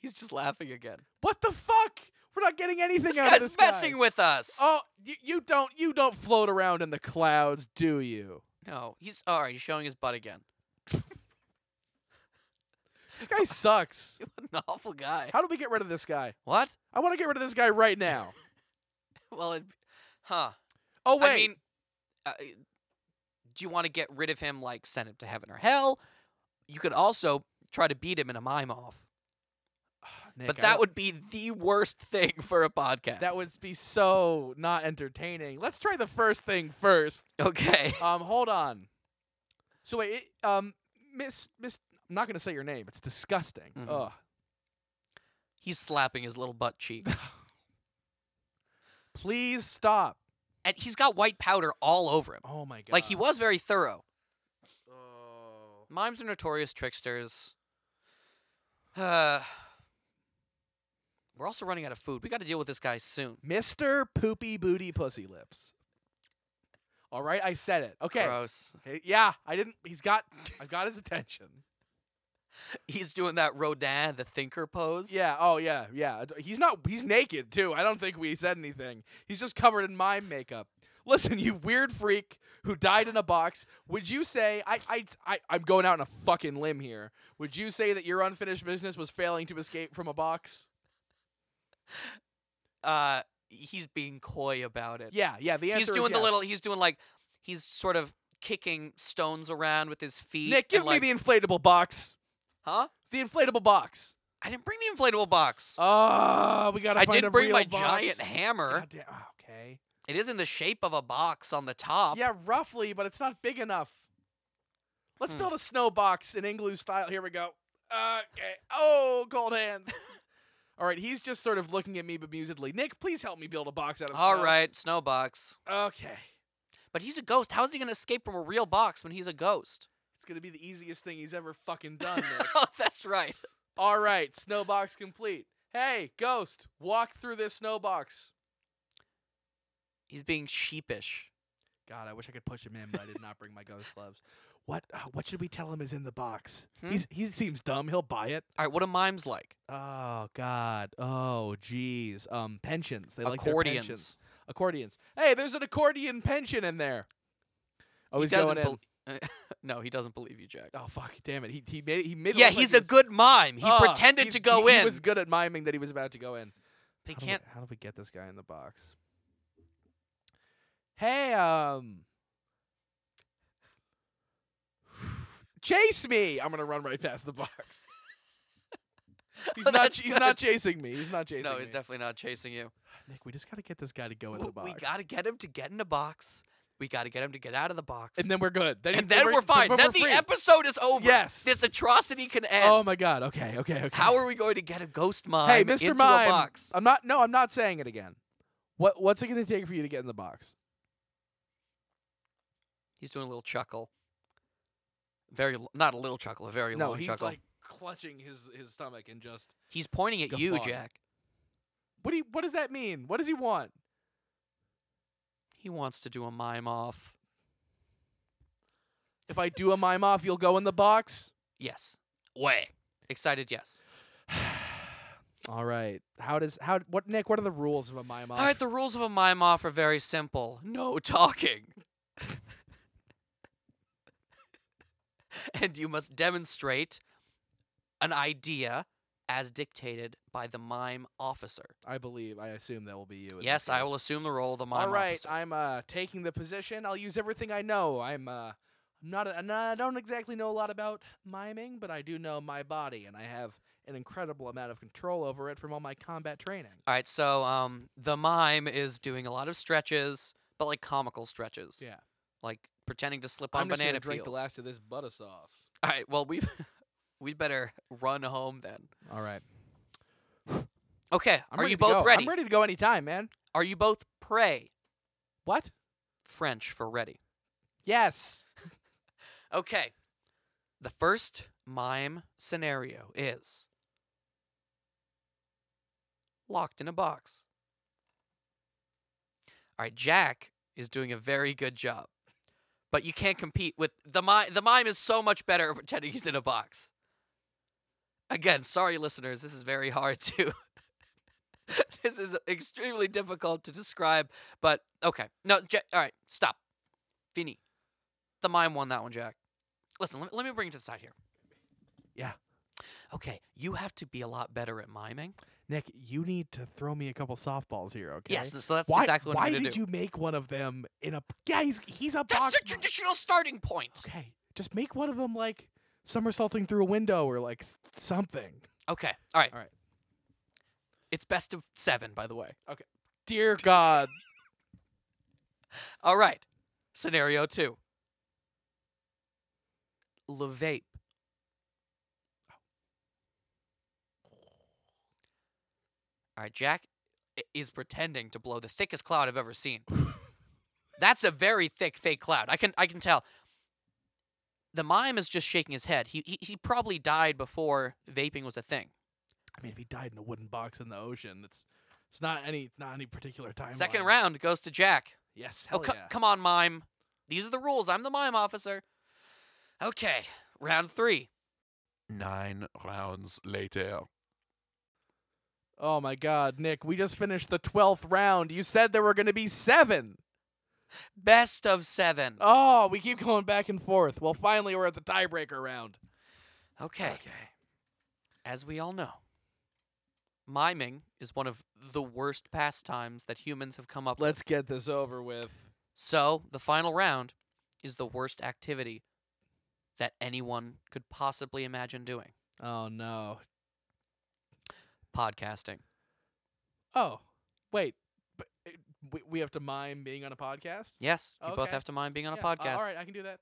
[SPEAKER 4] He's just laughing again.
[SPEAKER 2] What the fuck? We're not getting anything
[SPEAKER 4] This
[SPEAKER 2] out
[SPEAKER 4] guy's
[SPEAKER 2] of this
[SPEAKER 4] messing
[SPEAKER 2] guy.
[SPEAKER 4] with us.
[SPEAKER 2] Oh, you, you don't you don't float around in the clouds, do you?
[SPEAKER 4] no, he's all right. He's showing his butt again.
[SPEAKER 2] This guy sucks.
[SPEAKER 4] What an awful guy.
[SPEAKER 2] How do we get rid of this guy?
[SPEAKER 4] What?
[SPEAKER 2] I want to get rid of this guy right now.
[SPEAKER 4] Well, it, huh?
[SPEAKER 2] Oh wait,
[SPEAKER 4] I mean, uh, do you want to get rid of him, like send him to heaven or hell? You could also try to beat him in a mime off,
[SPEAKER 2] Nick,
[SPEAKER 4] but
[SPEAKER 2] I
[SPEAKER 4] that
[SPEAKER 2] don't-
[SPEAKER 4] would be the worst thing for a podcast.
[SPEAKER 2] that would be so not entertaining. Let's try the first thing first.
[SPEAKER 4] okay.
[SPEAKER 2] Um, hold on. So wait, it, um, Miss Miss, I'm not gonna say your name. It's disgusting.
[SPEAKER 4] Mhm.
[SPEAKER 2] Ugh.
[SPEAKER 4] He's slapping his little butt cheeks,
[SPEAKER 2] Please stop.
[SPEAKER 4] and he's got white powder all over him.
[SPEAKER 2] Oh my god.
[SPEAKER 4] Like he was very thorough.
[SPEAKER 2] Oh.
[SPEAKER 4] Mimes are notorious tricksters. Uh, we're also running out of food. We got to deal with this guy soon.
[SPEAKER 2] Mr. Poopy Booty Pussy Lips. All right, I said it. Okay.
[SPEAKER 4] Gross.
[SPEAKER 2] Hey, Yeah, I didn't. He's got. I've got his attention.
[SPEAKER 4] He's doing that Rodin, the thinker pose.
[SPEAKER 2] Yeah. Oh, yeah. Yeah. D- He's not. He's naked too. I don't think we said anything. He's just covered in mime makeup. Listen, you weird freak who died in a box. Would you say I, I I I'm going out on a fucking limb here? Would you say that your unfinished business was failing to escape from a box?
[SPEAKER 4] Uh, he's being coy about it.
[SPEAKER 2] Yeah. Yeah. The answer
[SPEAKER 4] he's
[SPEAKER 2] is
[SPEAKER 4] doing the
[SPEAKER 2] yes.
[SPEAKER 4] little he's doing like he's sort of kicking stones around with his feet
[SPEAKER 2] Nick, give
[SPEAKER 4] and, like,
[SPEAKER 2] me the inflatable box.
[SPEAKER 4] huh
[SPEAKER 2] The inflatable box.
[SPEAKER 4] i didn't bring the inflatable box
[SPEAKER 2] Oh, we gotta.
[SPEAKER 4] i
[SPEAKER 2] find
[SPEAKER 4] did
[SPEAKER 2] a
[SPEAKER 4] bring
[SPEAKER 2] real
[SPEAKER 4] my
[SPEAKER 2] box.
[SPEAKER 4] giant hammer
[SPEAKER 2] Goddamn- oh, okay.
[SPEAKER 4] it is in the shape of a box on the top
[SPEAKER 2] Yeah, roughly, but it's not big enough. Let's
[SPEAKER 4] Hmm.
[SPEAKER 2] build a snow box in igloo style. Here we go. Okay. Oh, cold hands. All right, he's just sort of looking at me bemusedly. Nick, please help me build a box out of
[SPEAKER 4] all
[SPEAKER 2] snow.
[SPEAKER 4] right snow box
[SPEAKER 2] Okay.
[SPEAKER 4] but he's a ghost how is he going to escape from a real box when he's a ghost
[SPEAKER 2] It's going to be the easiest thing he's ever fucking done, Nick.
[SPEAKER 4] oh that's right
[SPEAKER 2] All right, snow box complete. Hey, ghost, walk through this snow box.
[SPEAKER 4] he's being sheepish
[SPEAKER 2] God, I wish I could push him in, but I did not bring my ghost gloves. What uh, what should we tell him is in the box?
[SPEAKER 4] Hmm?
[SPEAKER 2] He's he seems dumb. He'll buy it.
[SPEAKER 4] all right what are mimes like
[SPEAKER 2] Oh God. Oh geez. Um pensions. They like their
[SPEAKER 4] accordions
[SPEAKER 2] pensions. Accordions. Hey, there's an accordion pension in there. Oh,
[SPEAKER 4] he
[SPEAKER 2] he's
[SPEAKER 4] doesn't
[SPEAKER 2] going in.
[SPEAKER 4] bel- no, he doesn't believe you, Jack.
[SPEAKER 2] Oh fuck! Damn it! He he made it, he made. it
[SPEAKER 4] yeah,
[SPEAKER 2] look like
[SPEAKER 4] he's
[SPEAKER 2] he
[SPEAKER 4] a
[SPEAKER 2] was-
[SPEAKER 4] good mime. He
[SPEAKER 2] Ah,
[SPEAKER 4] pretended
[SPEAKER 2] he's-
[SPEAKER 4] to go
[SPEAKER 2] he-
[SPEAKER 4] in,
[SPEAKER 2] He was good at miming that he was about to go in.
[SPEAKER 4] but he
[SPEAKER 2] How do we-
[SPEAKER 4] can't.
[SPEAKER 2] how do we get this guy in the box? Hey, um, chase me! I'm gonna run right past the box. He's
[SPEAKER 4] Oh,
[SPEAKER 2] not.
[SPEAKER 4] that's
[SPEAKER 2] He's not
[SPEAKER 4] good.
[SPEAKER 2] chasing me. He's not chasing
[SPEAKER 4] No,
[SPEAKER 2] me.
[SPEAKER 4] he's definitely not chasing you.
[SPEAKER 2] Nick, we just gotta get this guy to go in
[SPEAKER 4] W-
[SPEAKER 2] the box.
[SPEAKER 4] We gotta get him to get in the box. We gotta get him to get out of the box.
[SPEAKER 2] and then we're good. Then, he's-
[SPEAKER 4] and then we're, fine. Then,
[SPEAKER 2] we're
[SPEAKER 4] the
[SPEAKER 2] free.
[SPEAKER 4] episode is over.
[SPEAKER 2] Yes.
[SPEAKER 4] This atrocity can end.
[SPEAKER 2] Oh my god. Okay. Okay. Okay.
[SPEAKER 4] How are we going to get a ghost mime
[SPEAKER 2] Hey, Mr.
[SPEAKER 4] into
[SPEAKER 2] Mime.
[SPEAKER 4] a box?
[SPEAKER 2] I'm not. No, I'm not saying it again. What What's it gonna take for you to get in the box?
[SPEAKER 4] He's doing a little chuckle. Very l- not a little chuckle, a very
[SPEAKER 2] no,
[SPEAKER 4] long
[SPEAKER 2] he's
[SPEAKER 4] chuckle.
[SPEAKER 2] like clutching his his stomach and just.
[SPEAKER 4] he's pointing at you,
[SPEAKER 2] guffawing.
[SPEAKER 4] Jack.
[SPEAKER 2] What do you, What does that mean? What does he want?
[SPEAKER 4] He wants to do a mime off.
[SPEAKER 2] If I do a mime off, you'll go in the box.
[SPEAKER 4] Yes. Way. Excited, yes.
[SPEAKER 2] All right. How does how what Nick? What are the rules of a mime off?
[SPEAKER 4] All right, the rules of a mime off are very simple. No talking. and you must demonstrate an idea as dictated by the mime officer.
[SPEAKER 2] I believe. I assume that will be you. in this
[SPEAKER 4] yes, I
[SPEAKER 2] case.
[SPEAKER 4] will assume the role of the mime
[SPEAKER 2] All right.
[SPEAKER 4] officer.
[SPEAKER 2] I'm uh taking the position. I'll use everything I know. I'm uh. Not a, I'm not- I don't exactly know a lot about miming, but I do know my body, and I have an incredible amount of control over it from all my combat training.
[SPEAKER 4] All right, so um, the mime is doing a lot of stretches, but like comical stretches.
[SPEAKER 2] Yeah.
[SPEAKER 4] Like pretending to slip on
[SPEAKER 2] I'm just
[SPEAKER 4] banana
[SPEAKER 2] gonna drink
[SPEAKER 4] peels.
[SPEAKER 2] the last of this butter sauce.
[SPEAKER 4] All right, well we we better run home then.
[SPEAKER 2] All right.
[SPEAKER 4] Okay,
[SPEAKER 2] I'm
[SPEAKER 4] are
[SPEAKER 2] ready
[SPEAKER 4] you
[SPEAKER 2] to
[SPEAKER 4] both
[SPEAKER 2] go.
[SPEAKER 4] ready?
[SPEAKER 2] I'm ready to go anytime, man.
[SPEAKER 4] Are you both pray?
[SPEAKER 2] What?
[SPEAKER 4] French for ready.
[SPEAKER 2] Yes.
[SPEAKER 4] Okay. The first mime scenario is locked in a box. All right, Jack is doing a very good job. But you can't compete with the mime. The mime is so much better at pretending he's in a box. Again, sorry listeners, this is very hard to This is extremely difficult to describe, but okay. No, Ja all right, stop. Fini. The mime won that one, Jack. Listen, let, let me bring you to the side here.
[SPEAKER 2] Yeah.
[SPEAKER 4] Okay, you have to be a lot better at miming.
[SPEAKER 2] Nick, you need to throw me a couple softballs here, okay?
[SPEAKER 4] Yes, so that's
[SPEAKER 2] why,
[SPEAKER 4] exactly what
[SPEAKER 2] why
[SPEAKER 4] I'm going to
[SPEAKER 2] did
[SPEAKER 4] do.
[SPEAKER 2] you make one of them in a Yeah, he's he's a
[SPEAKER 4] That's
[SPEAKER 2] box.
[SPEAKER 4] the traditional starting point.
[SPEAKER 2] okay. Just make one of them like somersaulting through a window or like s- something.
[SPEAKER 4] Okay, all right.
[SPEAKER 2] All right.
[SPEAKER 4] It's best of seven, by the way.
[SPEAKER 2] Dear god.
[SPEAKER 4] All right, scenario two. Levape. All right, Jack i- is pretending to blow the thickest cloud I've ever seen. That's a very thick fake cloud. I can I can tell. The mime is just shaking his head. He he, he probably died before vaping was a thing.
[SPEAKER 2] I mean, if he died in a wooden box in the ocean, it's it's not any not any particular time.
[SPEAKER 4] Second round goes to Jack.
[SPEAKER 2] Yes. Hell
[SPEAKER 4] oh, co-
[SPEAKER 2] yeah.
[SPEAKER 4] come on, mime. These are the rules. I'm the mime officer. Okay, round three.
[SPEAKER 6] Nine rounds later.
[SPEAKER 2] Oh my god, Nick, we just finished the 12th round. You said there were going to be 7.
[SPEAKER 4] Best of seven.
[SPEAKER 2] Oh, we keep going back and forth. Well, finally we're at the tiebreaker round.
[SPEAKER 4] Okay. As we all know, miming is one of the worst pastimes that humans have come up with.
[SPEAKER 2] Let's get this over with.
[SPEAKER 4] So, the final round is the worst activity that anyone could possibly imagine doing
[SPEAKER 2] Oh no.
[SPEAKER 4] podcasting.
[SPEAKER 2] Oh, wait. But it, we, we have to mime being on a podcast?
[SPEAKER 4] Yes, you both
[SPEAKER 2] Okay.
[SPEAKER 4] have to mime being on
[SPEAKER 2] Yeah,
[SPEAKER 4] a
[SPEAKER 2] uh,
[SPEAKER 4] podcast.
[SPEAKER 2] all right, I can do that.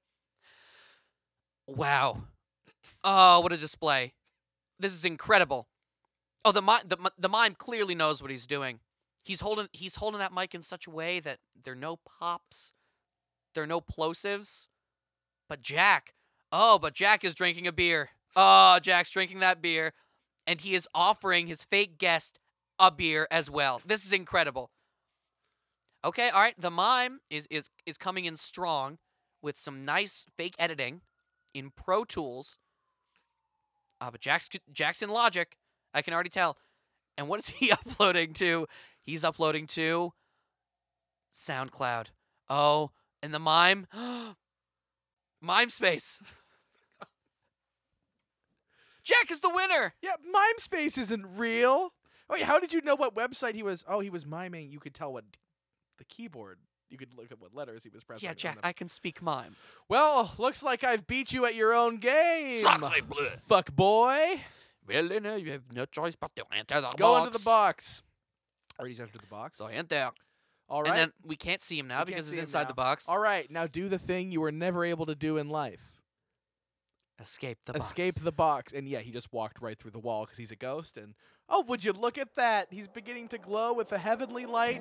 [SPEAKER 4] Wow. Oh, what a display. This is incredible. Oh, the mime, the, mi- the mime clearly knows what he's doing. He's holding he's holding that mic in such a way that there are no pops, there are no plosives. But Jack, oh, but Jack is drinking a beer. Oh, Jack's drinking that beer, and he is offering his fake guest a beer as well. This is incredible. Okay, all right. The mime is is is coming in strong with some nice fake editing in Pro Tools. Uh, but Jack's, Jackson Logic, I can already tell. And what is he uploading to? He's uploading to SoundCloud. Oh, and the mime. Mime space. Jack is the winner.
[SPEAKER 2] Yeah, MimeSpace isn't real. Wait, how did you know what website he was? Oh, he was miming. You could tell what the keyboard. You could look at what letters he was pressing.
[SPEAKER 4] Yeah,
[SPEAKER 2] on
[SPEAKER 4] Jack,
[SPEAKER 2] them.
[SPEAKER 4] I can speak mime.
[SPEAKER 2] well, looks like I've beat you at your own game. Fuck boy.
[SPEAKER 4] Well, you know, you have no choice but to enter the
[SPEAKER 2] Go into the box. Or he's after the box.
[SPEAKER 4] So enter.
[SPEAKER 2] All
[SPEAKER 4] And
[SPEAKER 2] right.
[SPEAKER 4] then we can't see him now
[SPEAKER 2] We can't
[SPEAKER 4] because
[SPEAKER 2] see
[SPEAKER 4] he's
[SPEAKER 2] him
[SPEAKER 4] inside
[SPEAKER 2] now.
[SPEAKER 4] the box.
[SPEAKER 2] All right. Now do the thing you were never able to do in life.
[SPEAKER 4] Escape the box.
[SPEAKER 2] Escape the box. And yeah, he just walked right through the wall because he's a ghost. And oh, would you look at that? He's beginning to glow with a heavenly light.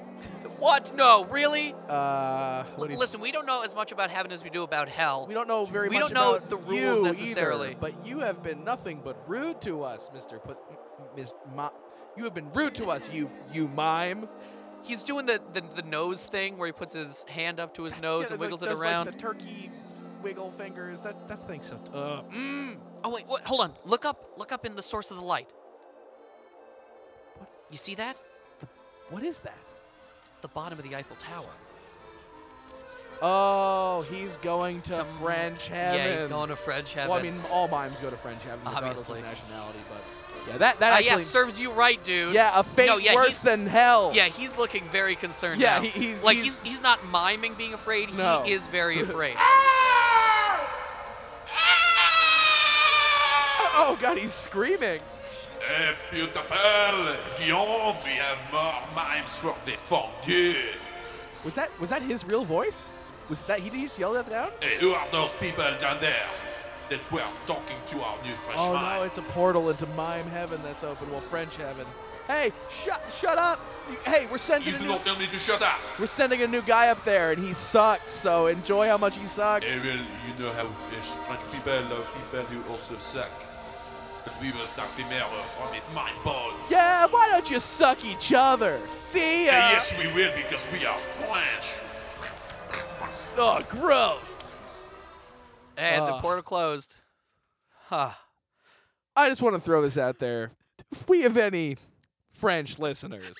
[SPEAKER 4] What? No, really?
[SPEAKER 2] Uh, what do you
[SPEAKER 4] Listen, we don't know as much about heaven as we do about hell.
[SPEAKER 2] We don't know very
[SPEAKER 4] We
[SPEAKER 2] much.
[SPEAKER 4] don't know
[SPEAKER 2] about
[SPEAKER 4] the
[SPEAKER 2] you
[SPEAKER 4] rules necessarily.
[SPEAKER 2] either, but you have been nothing but rude to us, Mister Puss. m- Miss Ma- you have been rude to us. You you mime.
[SPEAKER 4] He's doing the, the, the nose thing where he puts his hand up to his nose
[SPEAKER 2] Yeah,
[SPEAKER 4] and
[SPEAKER 2] like,
[SPEAKER 4] wiggles it
[SPEAKER 2] does,
[SPEAKER 4] around.
[SPEAKER 2] Like the turkey wiggle fingers. That that thing's so. T- uh, mm.
[SPEAKER 4] Oh wait, what? Hold on. Look up. Look up in the source of the light. You see that?
[SPEAKER 2] What is that?
[SPEAKER 4] It's the bottom of the Eiffel Tower.
[SPEAKER 2] Oh, he's going to, French heaven.
[SPEAKER 4] Yeah, he's going to French heaven.
[SPEAKER 2] Well, I mean, all mimes go to French heaven, regardless
[SPEAKER 4] Obviously.
[SPEAKER 2] of nationality. But yeah, that that
[SPEAKER 4] Ah,
[SPEAKER 2] actually.
[SPEAKER 4] yeah, serves you right, dude.
[SPEAKER 2] yeah, a fate
[SPEAKER 4] No, yeah,
[SPEAKER 2] worse
[SPEAKER 4] he's-
[SPEAKER 2] than hell.
[SPEAKER 4] Yeah, he's looking very concerned.
[SPEAKER 2] Yeah,
[SPEAKER 4] now.
[SPEAKER 2] he- he's-
[SPEAKER 4] like
[SPEAKER 2] he's-
[SPEAKER 4] he's, not miming being afraid.
[SPEAKER 2] No.
[SPEAKER 4] He is very afraid.
[SPEAKER 2] Oh god, he's screaming.
[SPEAKER 7] Eh, beautiful! Guillaume, we have more mimes for the you.
[SPEAKER 2] Was that was that his real voice? Was that he just yelled that down?
[SPEAKER 7] Hey, who are those people down there that were talking to our new French
[SPEAKER 2] Oh
[SPEAKER 7] mime?
[SPEAKER 2] no, it's a portal into mime heaven that's open. Well, French heaven. Hey, shut shut up! You- Hey, we're sending
[SPEAKER 7] You
[SPEAKER 2] a
[SPEAKER 7] do
[SPEAKER 2] new,
[SPEAKER 7] not tell me to shut up!
[SPEAKER 2] we're sending a new guy up there, and he sucks. So enjoy how much he sucks.
[SPEAKER 7] Eh, well, you know how uh, French people love people who also suck. But we will suck the mayor from his mime bones.
[SPEAKER 2] Yeah, why don't you suck each other? See ya.
[SPEAKER 7] Eh, yes, we will because we are French.
[SPEAKER 2] Oh, gross.
[SPEAKER 4] and the
[SPEAKER 2] Ah.
[SPEAKER 4] portal closed. Huh.
[SPEAKER 2] I just want to throw this out there. If we have any French listeners,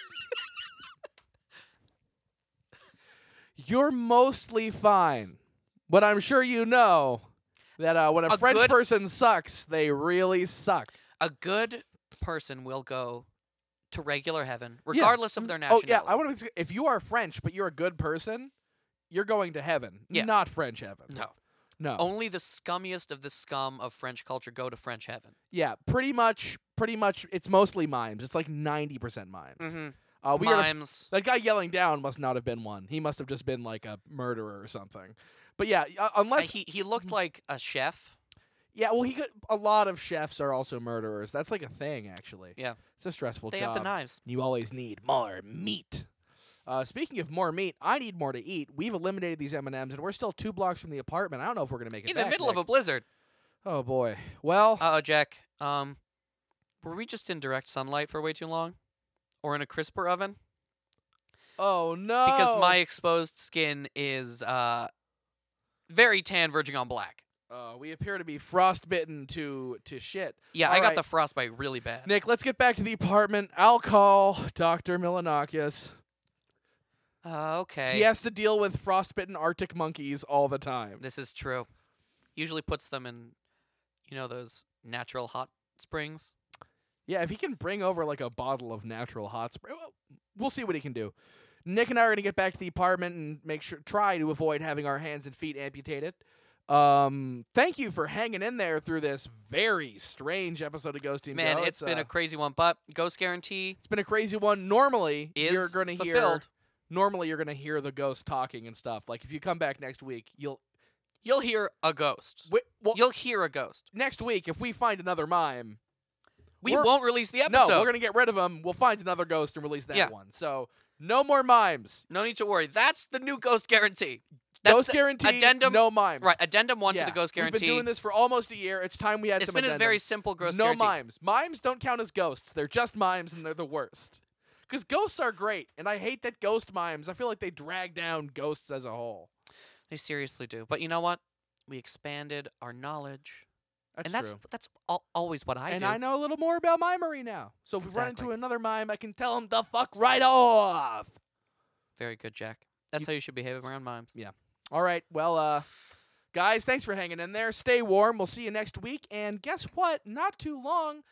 [SPEAKER 2] you're mostly fine. But I'm sure you know that uh, when a,
[SPEAKER 4] A
[SPEAKER 2] French
[SPEAKER 4] good-
[SPEAKER 2] person sucks, they really suck.
[SPEAKER 4] A good person will go to regular heaven,
[SPEAKER 2] Yeah.
[SPEAKER 4] regardless of their
[SPEAKER 2] Oh,
[SPEAKER 4] nationality.
[SPEAKER 2] yeah. I want to. If you are French, but you're a good person, you're going to heaven,
[SPEAKER 4] Yeah.
[SPEAKER 2] not French heaven.
[SPEAKER 4] No.
[SPEAKER 2] No.
[SPEAKER 4] Only the scummiest of the scum of French culture go to French heaven.
[SPEAKER 2] Yeah. Pretty much. Pretty much. It's mostly mimes. It's like 90% mimes. Uh, we are
[SPEAKER 4] Mm-hmm. Mimes.
[SPEAKER 2] That guy yelling down must not have been one. He must have just been like a murderer or something. But yeah, uh,
[SPEAKER 4] Uh,
[SPEAKER 2] unless
[SPEAKER 4] he he looked like a chef.
[SPEAKER 2] yeah, well, he could. A lot of chefs are also murderers. That's like a thing, actually.
[SPEAKER 4] Yeah.
[SPEAKER 2] it's a stressful
[SPEAKER 4] They
[SPEAKER 2] job.
[SPEAKER 4] have the knives.
[SPEAKER 2] You always need more meat. Uh, speaking of more meat, I need more to eat. We've eliminated these M and M's, and we're still two blocks from the apartment. I don't know if we're gonna make it
[SPEAKER 4] In the
[SPEAKER 2] back,
[SPEAKER 4] middle of a
[SPEAKER 2] Nick.
[SPEAKER 4] blizzard.
[SPEAKER 2] Oh boy. Well,
[SPEAKER 4] Uh oh, Jack. Um, were we just in direct sunlight for way too long, or in a crisper oven?
[SPEAKER 2] oh no.
[SPEAKER 4] Because my exposed skin is uh very tan, verging on black.
[SPEAKER 2] uh, we appear to be frostbitten to to shit.
[SPEAKER 4] Yeah, I
[SPEAKER 2] All
[SPEAKER 4] got
[SPEAKER 2] right.
[SPEAKER 4] the frostbite really bad.
[SPEAKER 2] Nick, let's get back to the apartment. I'll call Doctor Milanakis.
[SPEAKER 4] Uh, okay.
[SPEAKER 2] He has to deal with frostbitten Arctic monkeys all the time.
[SPEAKER 4] This is true. Usually puts them in, you know, those natural hot springs.
[SPEAKER 2] Yeah, if he can bring over like a bottle of natural hot spray, well, we'll see what he can do. Nick and I are gonna get back to the apartment and make sure try to avoid having our hands and feet amputated. Um, thank you for hanging in there through this very strange episode of Ghost Team.
[SPEAKER 4] Man,
[SPEAKER 2] Go.
[SPEAKER 4] it's been
[SPEAKER 2] uh,
[SPEAKER 4] a crazy one, but Ghost Guarantee
[SPEAKER 2] it's been a crazy one. Normally,
[SPEAKER 4] is
[SPEAKER 2] you're gonna hear
[SPEAKER 4] fulfilled.
[SPEAKER 2] normally you're gonna hear the ghost talking and stuff. Like if you come back next week, you'll
[SPEAKER 4] You'll hear a ghost.
[SPEAKER 2] wi- well
[SPEAKER 4] You'll hear a ghost.
[SPEAKER 2] next week if we find another mime.
[SPEAKER 4] We
[SPEAKER 2] We're-
[SPEAKER 4] won't release the episode.
[SPEAKER 2] No, we're gonna get rid of them. We'll find another ghost and release that
[SPEAKER 4] Yeah.
[SPEAKER 2] one. So no more mimes.
[SPEAKER 4] No need to worry. That's the new ghost guarantee. That's
[SPEAKER 2] ghost
[SPEAKER 4] the
[SPEAKER 2] guarantee.
[SPEAKER 4] Addendum.
[SPEAKER 2] No mimes.
[SPEAKER 4] Right. Addendum one
[SPEAKER 2] Yeah.
[SPEAKER 4] to the ghost guarantee.
[SPEAKER 2] We've been doing this for almost a year. It's time we had
[SPEAKER 4] It's
[SPEAKER 2] some.
[SPEAKER 4] been a very
[SPEAKER 2] addendums.
[SPEAKER 4] simple ghost
[SPEAKER 2] no
[SPEAKER 4] guarantee.
[SPEAKER 2] mimes. Mimes don't count as ghosts. They're just mimes, and they're the worst. Because ghosts are great, and I hate that ghost mimes. I feel like they drag down ghosts as a whole.
[SPEAKER 4] They seriously do. But you know what? We expanded our knowledge,
[SPEAKER 2] That's
[SPEAKER 4] and that's
[SPEAKER 2] true.
[SPEAKER 4] that's al- always what I
[SPEAKER 2] and
[SPEAKER 4] do.
[SPEAKER 2] I know a little more about mimery now. So if we run
[SPEAKER 4] Exactly.
[SPEAKER 2] into another mime, I can tell him the fuck right off.
[SPEAKER 4] Very good, Jack. That's how you should behave around mimes.
[SPEAKER 2] All right. Well, uh, Guys, thanks for hanging in there. Stay warm. We'll see you next week. And guess what? Not too long.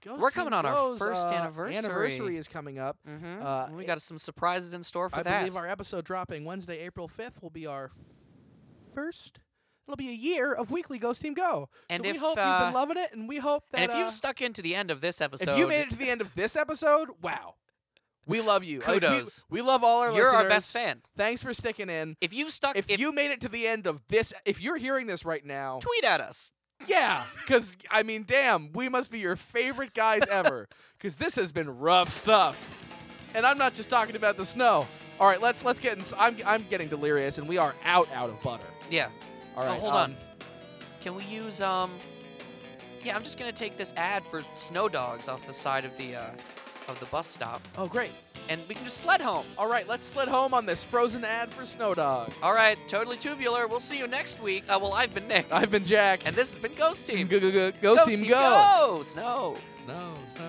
[SPEAKER 2] Ghost
[SPEAKER 4] We're coming
[SPEAKER 2] Team
[SPEAKER 4] on our
[SPEAKER 2] Goes,
[SPEAKER 4] first
[SPEAKER 2] uh,
[SPEAKER 4] anniversary.
[SPEAKER 2] Anniversary is coming up.
[SPEAKER 4] Mm-hmm.
[SPEAKER 2] Uh,
[SPEAKER 4] we got some surprises in store for
[SPEAKER 2] I
[SPEAKER 4] that.
[SPEAKER 2] believe our episode dropping Wednesday, April 5th will be our first. It'll be a year of weekly Ghost Team Go.
[SPEAKER 4] And
[SPEAKER 2] so
[SPEAKER 4] if,
[SPEAKER 2] we hope you've
[SPEAKER 4] uh,
[SPEAKER 2] been loving it, and we hope that
[SPEAKER 4] and if
[SPEAKER 2] uh,
[SPEAKER 4] you've stuck into the end of this episode,
[SPEAKER 2] if you made it to the end of this episode, wow. We love you. Like, we-
[SPEAKER 4] Kudos.
[SPEAKER 2] we, love all our
[SPEAKER 4] you're
[SPEAKER 2] listeners.
[SPEAKER 4] our best fan.
[SPEAKER 2] Thanks for sticking in.
[SPEAKER 4] If you've stuck,
[SPEAKER 2] If, you made it to the end of this, if you're hearing this right now,
[SPEAKER 4] tweet at us,
[SPEAKER 2] yeah, because I mean, damn, we must be your favorite guys ever. Because this has been rough stuff, and I'm not just talking about the snow. All right, let's let's get. In, I'm I'm getting delirious, and we are out out of butter.
[SPEAKER 4] yeah.
[SPEAKER 2] All right,
[SPEAKER 4] oh, hold
[SPEAKER 2] um,
[SPEAKER 4] on. Can we use um? Yeah, I'm just gonna take this ad for Snow Dogs off the side of the uh, of the bus stop,
[SPEAKER 2] Oh great.
[SPEAKER 4] and we can just sled home.
[SPEAKER 2] All right, let's slid home on this frozen ad for Snow Dog.
[SPEAKER 4] All right, totally tubular. We'll see you next week. Uh, well, I've been Nick,
[SPEAKER 2] I've been Jack.
[SPEAKER 4] and this has been Ghost Team.
[SPEAKER 2] Go, go, go, Ghost,
[SPEAKER 4] Ghost
[SPEAKER 2] team,
[SPEAKER 4] Team
[SPEAKER 2] go.
[SPEAKER 4] Go. Snow.
[SPEAKER 2] Snow, snow.